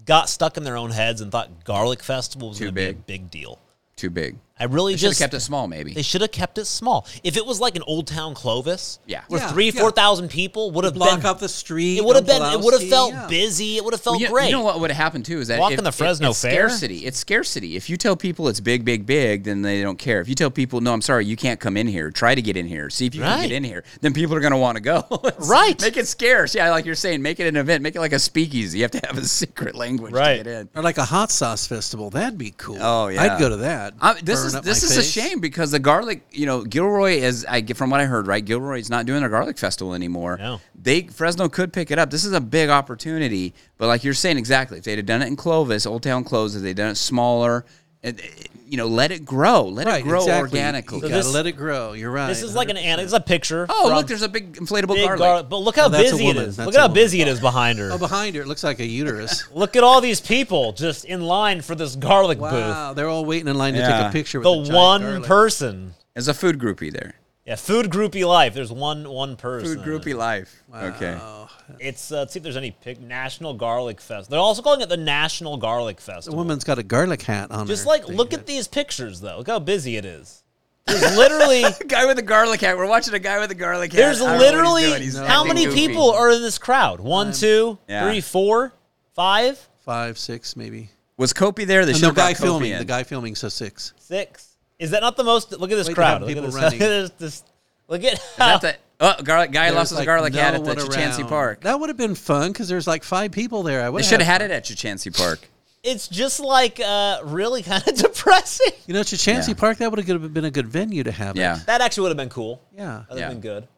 B: got stuck in their own heads and thought garlic festival was
C: Too
B: going to be a
C: big.
B: big deal.
C: Too big.
B: I really
C: They should have
B: just
C: kept it small, maybe.
B: They should have kept it small. If it was like an old town Clovis,
C: Yeah.
B: where
D: Yeah,
B: three,
D: yeah.
B: four thousand people would have
D: Block
B: been,
D: up the street.
B: It would have
D: don't
B: been.
D: allow
B: It would have
D: ski,
B: felt
D: yeah.
B: busy. It would have felt
C: you, know-
B: great.
C: you know what would have happened too is that
B: Walk
C: if-
B: in the
C: it-
B: Fresno
C: it's
B: Fair?
C: scarcity. It's scarcity. If you tell people it's big, big, big, then they don't care. If you tell people, no, I'm sorry, you can't come in here. Try to get in here. See if you can
B: Right.
C: get in here. Then people are going to want to go. *laughs* It's-
B: Right.
C: Make it scarce. Yeah, like you're saying, make it an event. Make it like a speakeasy. You have to have a *laughs* secret language
B: Right.
C: to get in.
D: Or like a hot sauce festival. That'd be cool.
C: Oh, yeah.
D: I'd go to that.
C: I, this
D: Burn
C: is
D: up
C: this
D: my
C: is a
D: face.
C: shame because the garlic, you know, Gilroy is I get- from what I heard, right? Gilroy's not doing their garlic festival anymore.
B: No.
C: They Fresno could pick it up. This is a big opportunity, but like you're saying exactly, if they'd have done it in Clovis, Old Town Clovis, if they'd done it smaller, and, you know, let it grow, let
D: Right,
C: it grow
D: exactly.
C: organically.
D: You
B: So
D: gotta
B: this-
D: let it grow. You're right.
B: this is like an. an- It's a picture.
C: oh,
B: from
C: look, there's a big inflatable
B: big
C: garlic.
B: garlic- But look how
D: Oh, that's a
B: busy it
D: woman.
B: is.
D: That's
B: Look
D: a
B: at how
D: woman.
B: busy it is behind her.
D: Oh, behind her, it looks like
B: *laughs*
D: a uterus.
B: Look at all these people just in line for this garlic booth.
D: wow, they're all waiting in line to
C: Yeah.
D: take a picture with
B: The
D: the, giant
B: one
D: garlic.
B: person.
C: There's a food groupie there.
B: Yeah, food groupie life. There's one one person.
C: Food groupie life. Okay. *laughs*
B: It's uh, let's see if there's any pic- National Garlic Fest. They're also calling it the National Garlic
D: The
B: Festival.
D: woman's got a garlic hat on.
B: Just
D: her
B: like
D: thing.
B: look at these pictures though. Look how busy it is. There's
C: *laughs*
B: literally
C: The guy with the garlic hat. We're watching a guy with a garlic hat.
B: there's
C: I don't know what he's
B: literally
C: doing. He's
B: how
C: acting
B: many
C: goofy. Um,
B: people are in this crowd? One, two,
C: Yeah.
B: three, four, five,
D: five, six, maybe.
C: Was Kopi there? They
D: And
C: should
D: the
C: have
D: guy
C: brought Kopi
D: filming.
C: in.
D: The guy filming. So six.
B: six. Is that not the most? Look at this
D: Wait, they have
B: crowd. Look at
D: people
B: this, *laughs*
D: running.
B: look at this, this- Look at how.
C: Is that the oh garlic guy
D: There's,
C: lost his
D: like,
C: garlic hat
D: no
C: at the
D: one
C: Chachansee
D: around.
C: Park?
D: That would have been fun because there's like five people there. I would
C: They should have had it at Chachansee Park.
B: it's just like uh, really kind of *laughs* depressing.
D: You know, Chachansee
C: Yeah.
D: Park. That would have been a good venue to have.
C: Yeah.
D: It.
B: That actually would have been cool.
D: Yeah.
B: That would
C: Yeah.
B: have been good.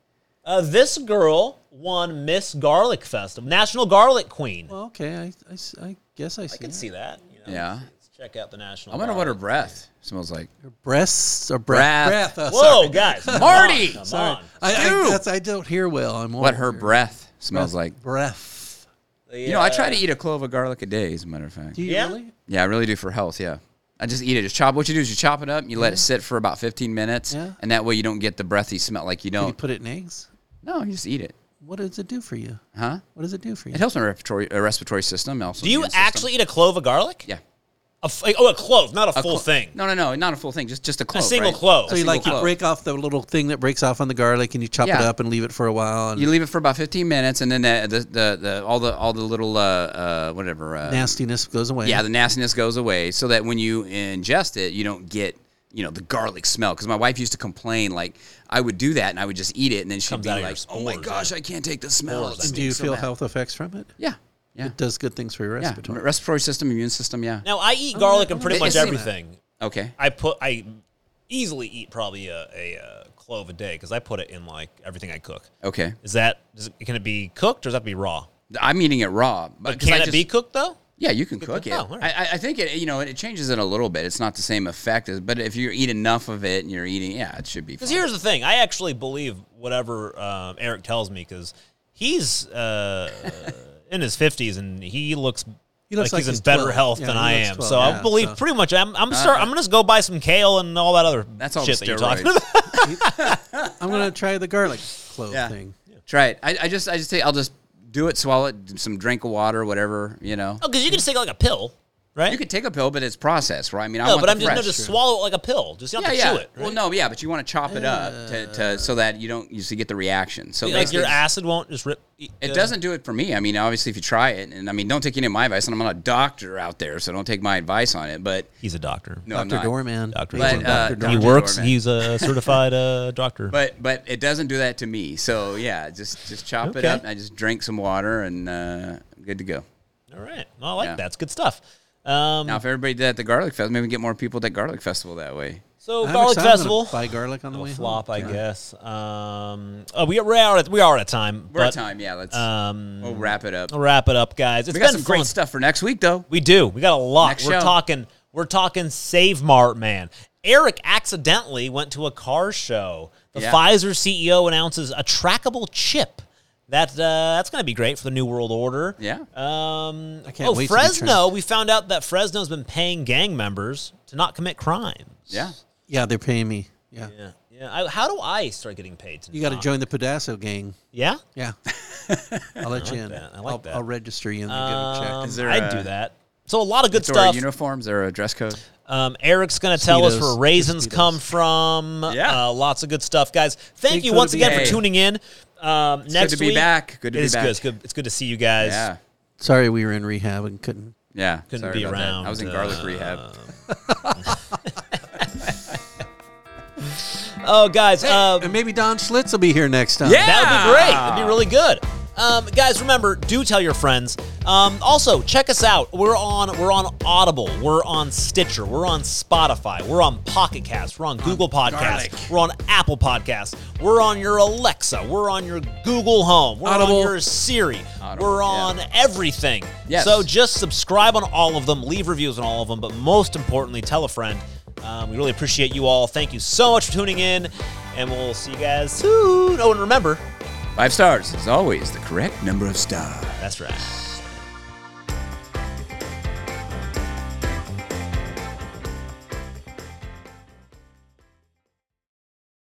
B: Uh, this girl won Miss Garlic Festival, National Garlic Queen.
D: Well, okay. I, I s- I guess I see.
B: I can
D: it.
B: see that. you know.
C: Yeah.
B: Let's check out the National.
C: I wonder what her
B: Garlic.
C: breath smells like.
D: breasts or breath.
C: Breath.
D: breath. Oh,
B: Whoa,
D: sorry.
C: *laughs*
B: guys, come
C: Marty!
B: on, come
D: Sorry.
B: on.
D: I, I,
C: Ew.
D: that's, I don't hear well. I'm
C: What
D: old
C: her
D: here.
C: breath smells like.
D: breath.
C: You know, I try
B: uh,
C: to eat a clove of garlic a day, as a matter of fact.
D: Do you
B: Yeah.
D: really?
C: Yeah, I really do for health. Yeah. I just eat it. Just chop. What you do is you chop it up, and you let it sit for about 15 minutes,
D: Yeah.
C: and that way you don't get the breathy smell. Like you
D: You
C: don't.
D: put it in eggs.
C: No, you just eat it.
D: What does it do for you?
C: Huh?
D: What does it do for you?
C: It helps my respiratory, uh, respiratory system. Also,
B: Do you
C: immune system.
B: actually eat a clove of garlic?
C: Yeah.
B: A f- oh, a clove, not a,
C: A
B: full
C: clo-
B: thing.
C: No, no, no, not a full thing. Just just a clove.
B: single
C: right?
B: clove.
C: A
D: So you
C: single
D: like you
C: clove.
D: break off the little thing that breaks off on the garlic, and you chop it
C: Yeah.
D: up and leave it for a while. And
C: You leave it for about 15 minutes, and then the the, the, the all the all the little uh, uh, whatever uh,
D: nastiness goes away.
C: yeah the nastiness goes away, so that when you ingest it, you don't get you know the garlic smell. Because my wife used to complain like I would do that, and I would just eat it, and then she'd
B: Comes
C: be
B: out of your
C: like, "Oh my
B: spores,
C: gosh, I can't take the smell." It
D: And
C: stinks
D: do you
C: so
D: feel
C: bad."
D: health effects from it?
C: Yeah, Yeah.
D: It does good things for your
C: Yeah.
D: respiratory.
C: Respiratory system, immune system. Yeah.
B: Now I
D: Oh,
B: eat garlic on pretty
C: I've
B: much
C: seen that.
B: everything.
C: Okay.
B: I put I easily eat probably a, a, uh clove a day because I put it in like everything I cook.
C: Okay.
B: Is that is it, can it be cooked or does that be raw?
C: I'm eating it raw. But
B: Can it be cooked though?
C: Yeah, you can cook it.
B: Oh, all right.
C: I, I- I think it. You know, it changes it a little bit. It's not the same effect, as, but if you eat enough of it and you're eating, yeah, it should be.
B: Because
C: fine.
B: here's the thing, I actually believe whatever um, Eric tells me because he's uh, in his fifties and he looks.
D: He looks
B: like,
D: like
B: he's,
D: he's
B: in better
D: 12.
B: health
D: Yeah,
B: than
D: he
B: I
D: looks
B: am,
D: 12,
B: so
D: yeah,
B: I believe
D: so-
B: pretty much. I'm I'm, start, I'm gonna just go buy some kale and all that other
C: That's all
B: shit
C: the
B: that you're talking
C: steroids.
B: about.
D: I'm gonna try the garlic clove
C: Yeah.
D: thing.
C: Try it. I, I just, I just say, I'll just do it. Swallow it. Some drink of water, whatever. You know,
B: Oh, because you can just take like a pill, right?
C: you could take a pill, but it's processed, right? I mean, I
B: no,
C: want
B: but
C: the
B: I'm just no,
C: fresh.
B: just swallow it like a pill. Just you
C: yeah,
B: don't have
C: yeah.
B: to chew it.
C: Well,
B: right? Uh.
C: no, yeah, but you want to chop it up to, to so that you don't you see get the reaction. So
B: like
C: basically-
B: your uh, acid won't just rip. It
C: It doesn't do it for me. I mean, obviously, if you try it, and I mean, don't take any of my advice, and I'm not a doctor out there, so don't take my advice on it. But
B: He's a doctor.
C: no, I'm
D: Doctor
C: not.
D: Doorman.
B: Dr.
D: He's a
C: But, uh,
D: Dr.
C: Dr.
B: he
D: Doorman.
B: works.
C: Doorman.
B: He's
C: *laughs*
B: a certified uh, doctor.
C: But but it doesn't do that to me. So yeah, just just chop it
B: Okay.
C: up. And I just drink some water, and uh, I'm good to go.
B: all right, well, I like
C: Yeah.
B: that. It's good stuff. Um,
C: Now, if everybody did that at the garlic fest, maybe we get more people at that garlic festival that way.
B: so
D: I'm
B: garlic
D: excited. I'm gonna
B: festival.
D: Buy garlic on the
B: It'll
D: way. home.
B: flop, I guess. Um, oh, we we're out. Of, we are out of time.
C: We're at
B: but,
C: time. Yeah, let's
B: Um,
C: we'll wrap it up.
B: I'll wrap it up, guys. It's
C: We
B: been
C: got some great
B: fun.
C: stuff for next week, though.
B: We do. We got a lot.
C: Next
B: we're
C: show.
B: talking. We're talking Save Mart, man. Eric accidentally went to a car show. The
C: Yeah.
B: Pfizer CEO announces a trackable chip. That uh, that's going to be great for the New World Order.
C: Yeah.
B: Um, I
D: can't
B: oh,
D: wait to be
B: Fresno.
D: tracked.
B: We found out that Fresno's been paying gang members to not commit crimes.
C: Yeah.
D: Yeah, they're paying me. Yeah,
B: Yeah. Yeah. I, how do I start getting paid? To
D: you got to
B: not-
D: join the Pedasso gang.
B: Yeah. *laughs*
D: Yeah, I'll let you in.
B: that. I like
D: will
B: that.
D: I'll register you and you get a
B: Um,
D: check.
C: Is there
B: I'd
C: a-
B: do that. So a lot of good
C: Is there a
B: stuff.
C: uniforms or a dress code?
B: Um, Eric's going to tell us
D: Speedos.
B: where raisins
D: Speedos.
B: come from.
C: Yeah.
B: Uh, lots of good stuff, guys. Thank
D: Big
B: you
D: photo
B: once again
C: BA.
B: for tuning in. Um, next
C: to be
B: week-
C: back. Good to
B: It
C: be
B: is
C: back.
B: Good. It's good. It's good to see you guys.
C: Yeah.
D: Sorry, we were in rehab and couldn't.
C: Yeah.
B: Couldn't
C: sorry
B: be
C: about that.
B: around,
C: I was in garlic
B: uh,
C: rehab.
B: Oh, guys. uh,
D: And maybe Don Schlitz will be here next time.
C: Yeah.
B: That would be great. That'd be really good. Um, guys, remember, do tell your friends. Um, also, check us out. We're on we're on Audible. We're on Stitcher. We're on Spotify. We're on Pocket Cast. We're on Google Podcasts.
C: Garlic.
B: We're on Apple Podcasts. We're on your Alexa. We're on your Google Home. We're
D: Audible.
B: on your Siri.
C: Audible,
B: we're
C: yeah.
B: on everything.
C: Yes.
B: So just subscribe on all of them. Leave reviews on all of them. But most importantly, tell a friend. Um, we really appreciate you all. Thank you so much for tuning in, and we'll see you guys soon. Oh, and remember,
C: Five stars is always the correct number of stars.
B: that's right.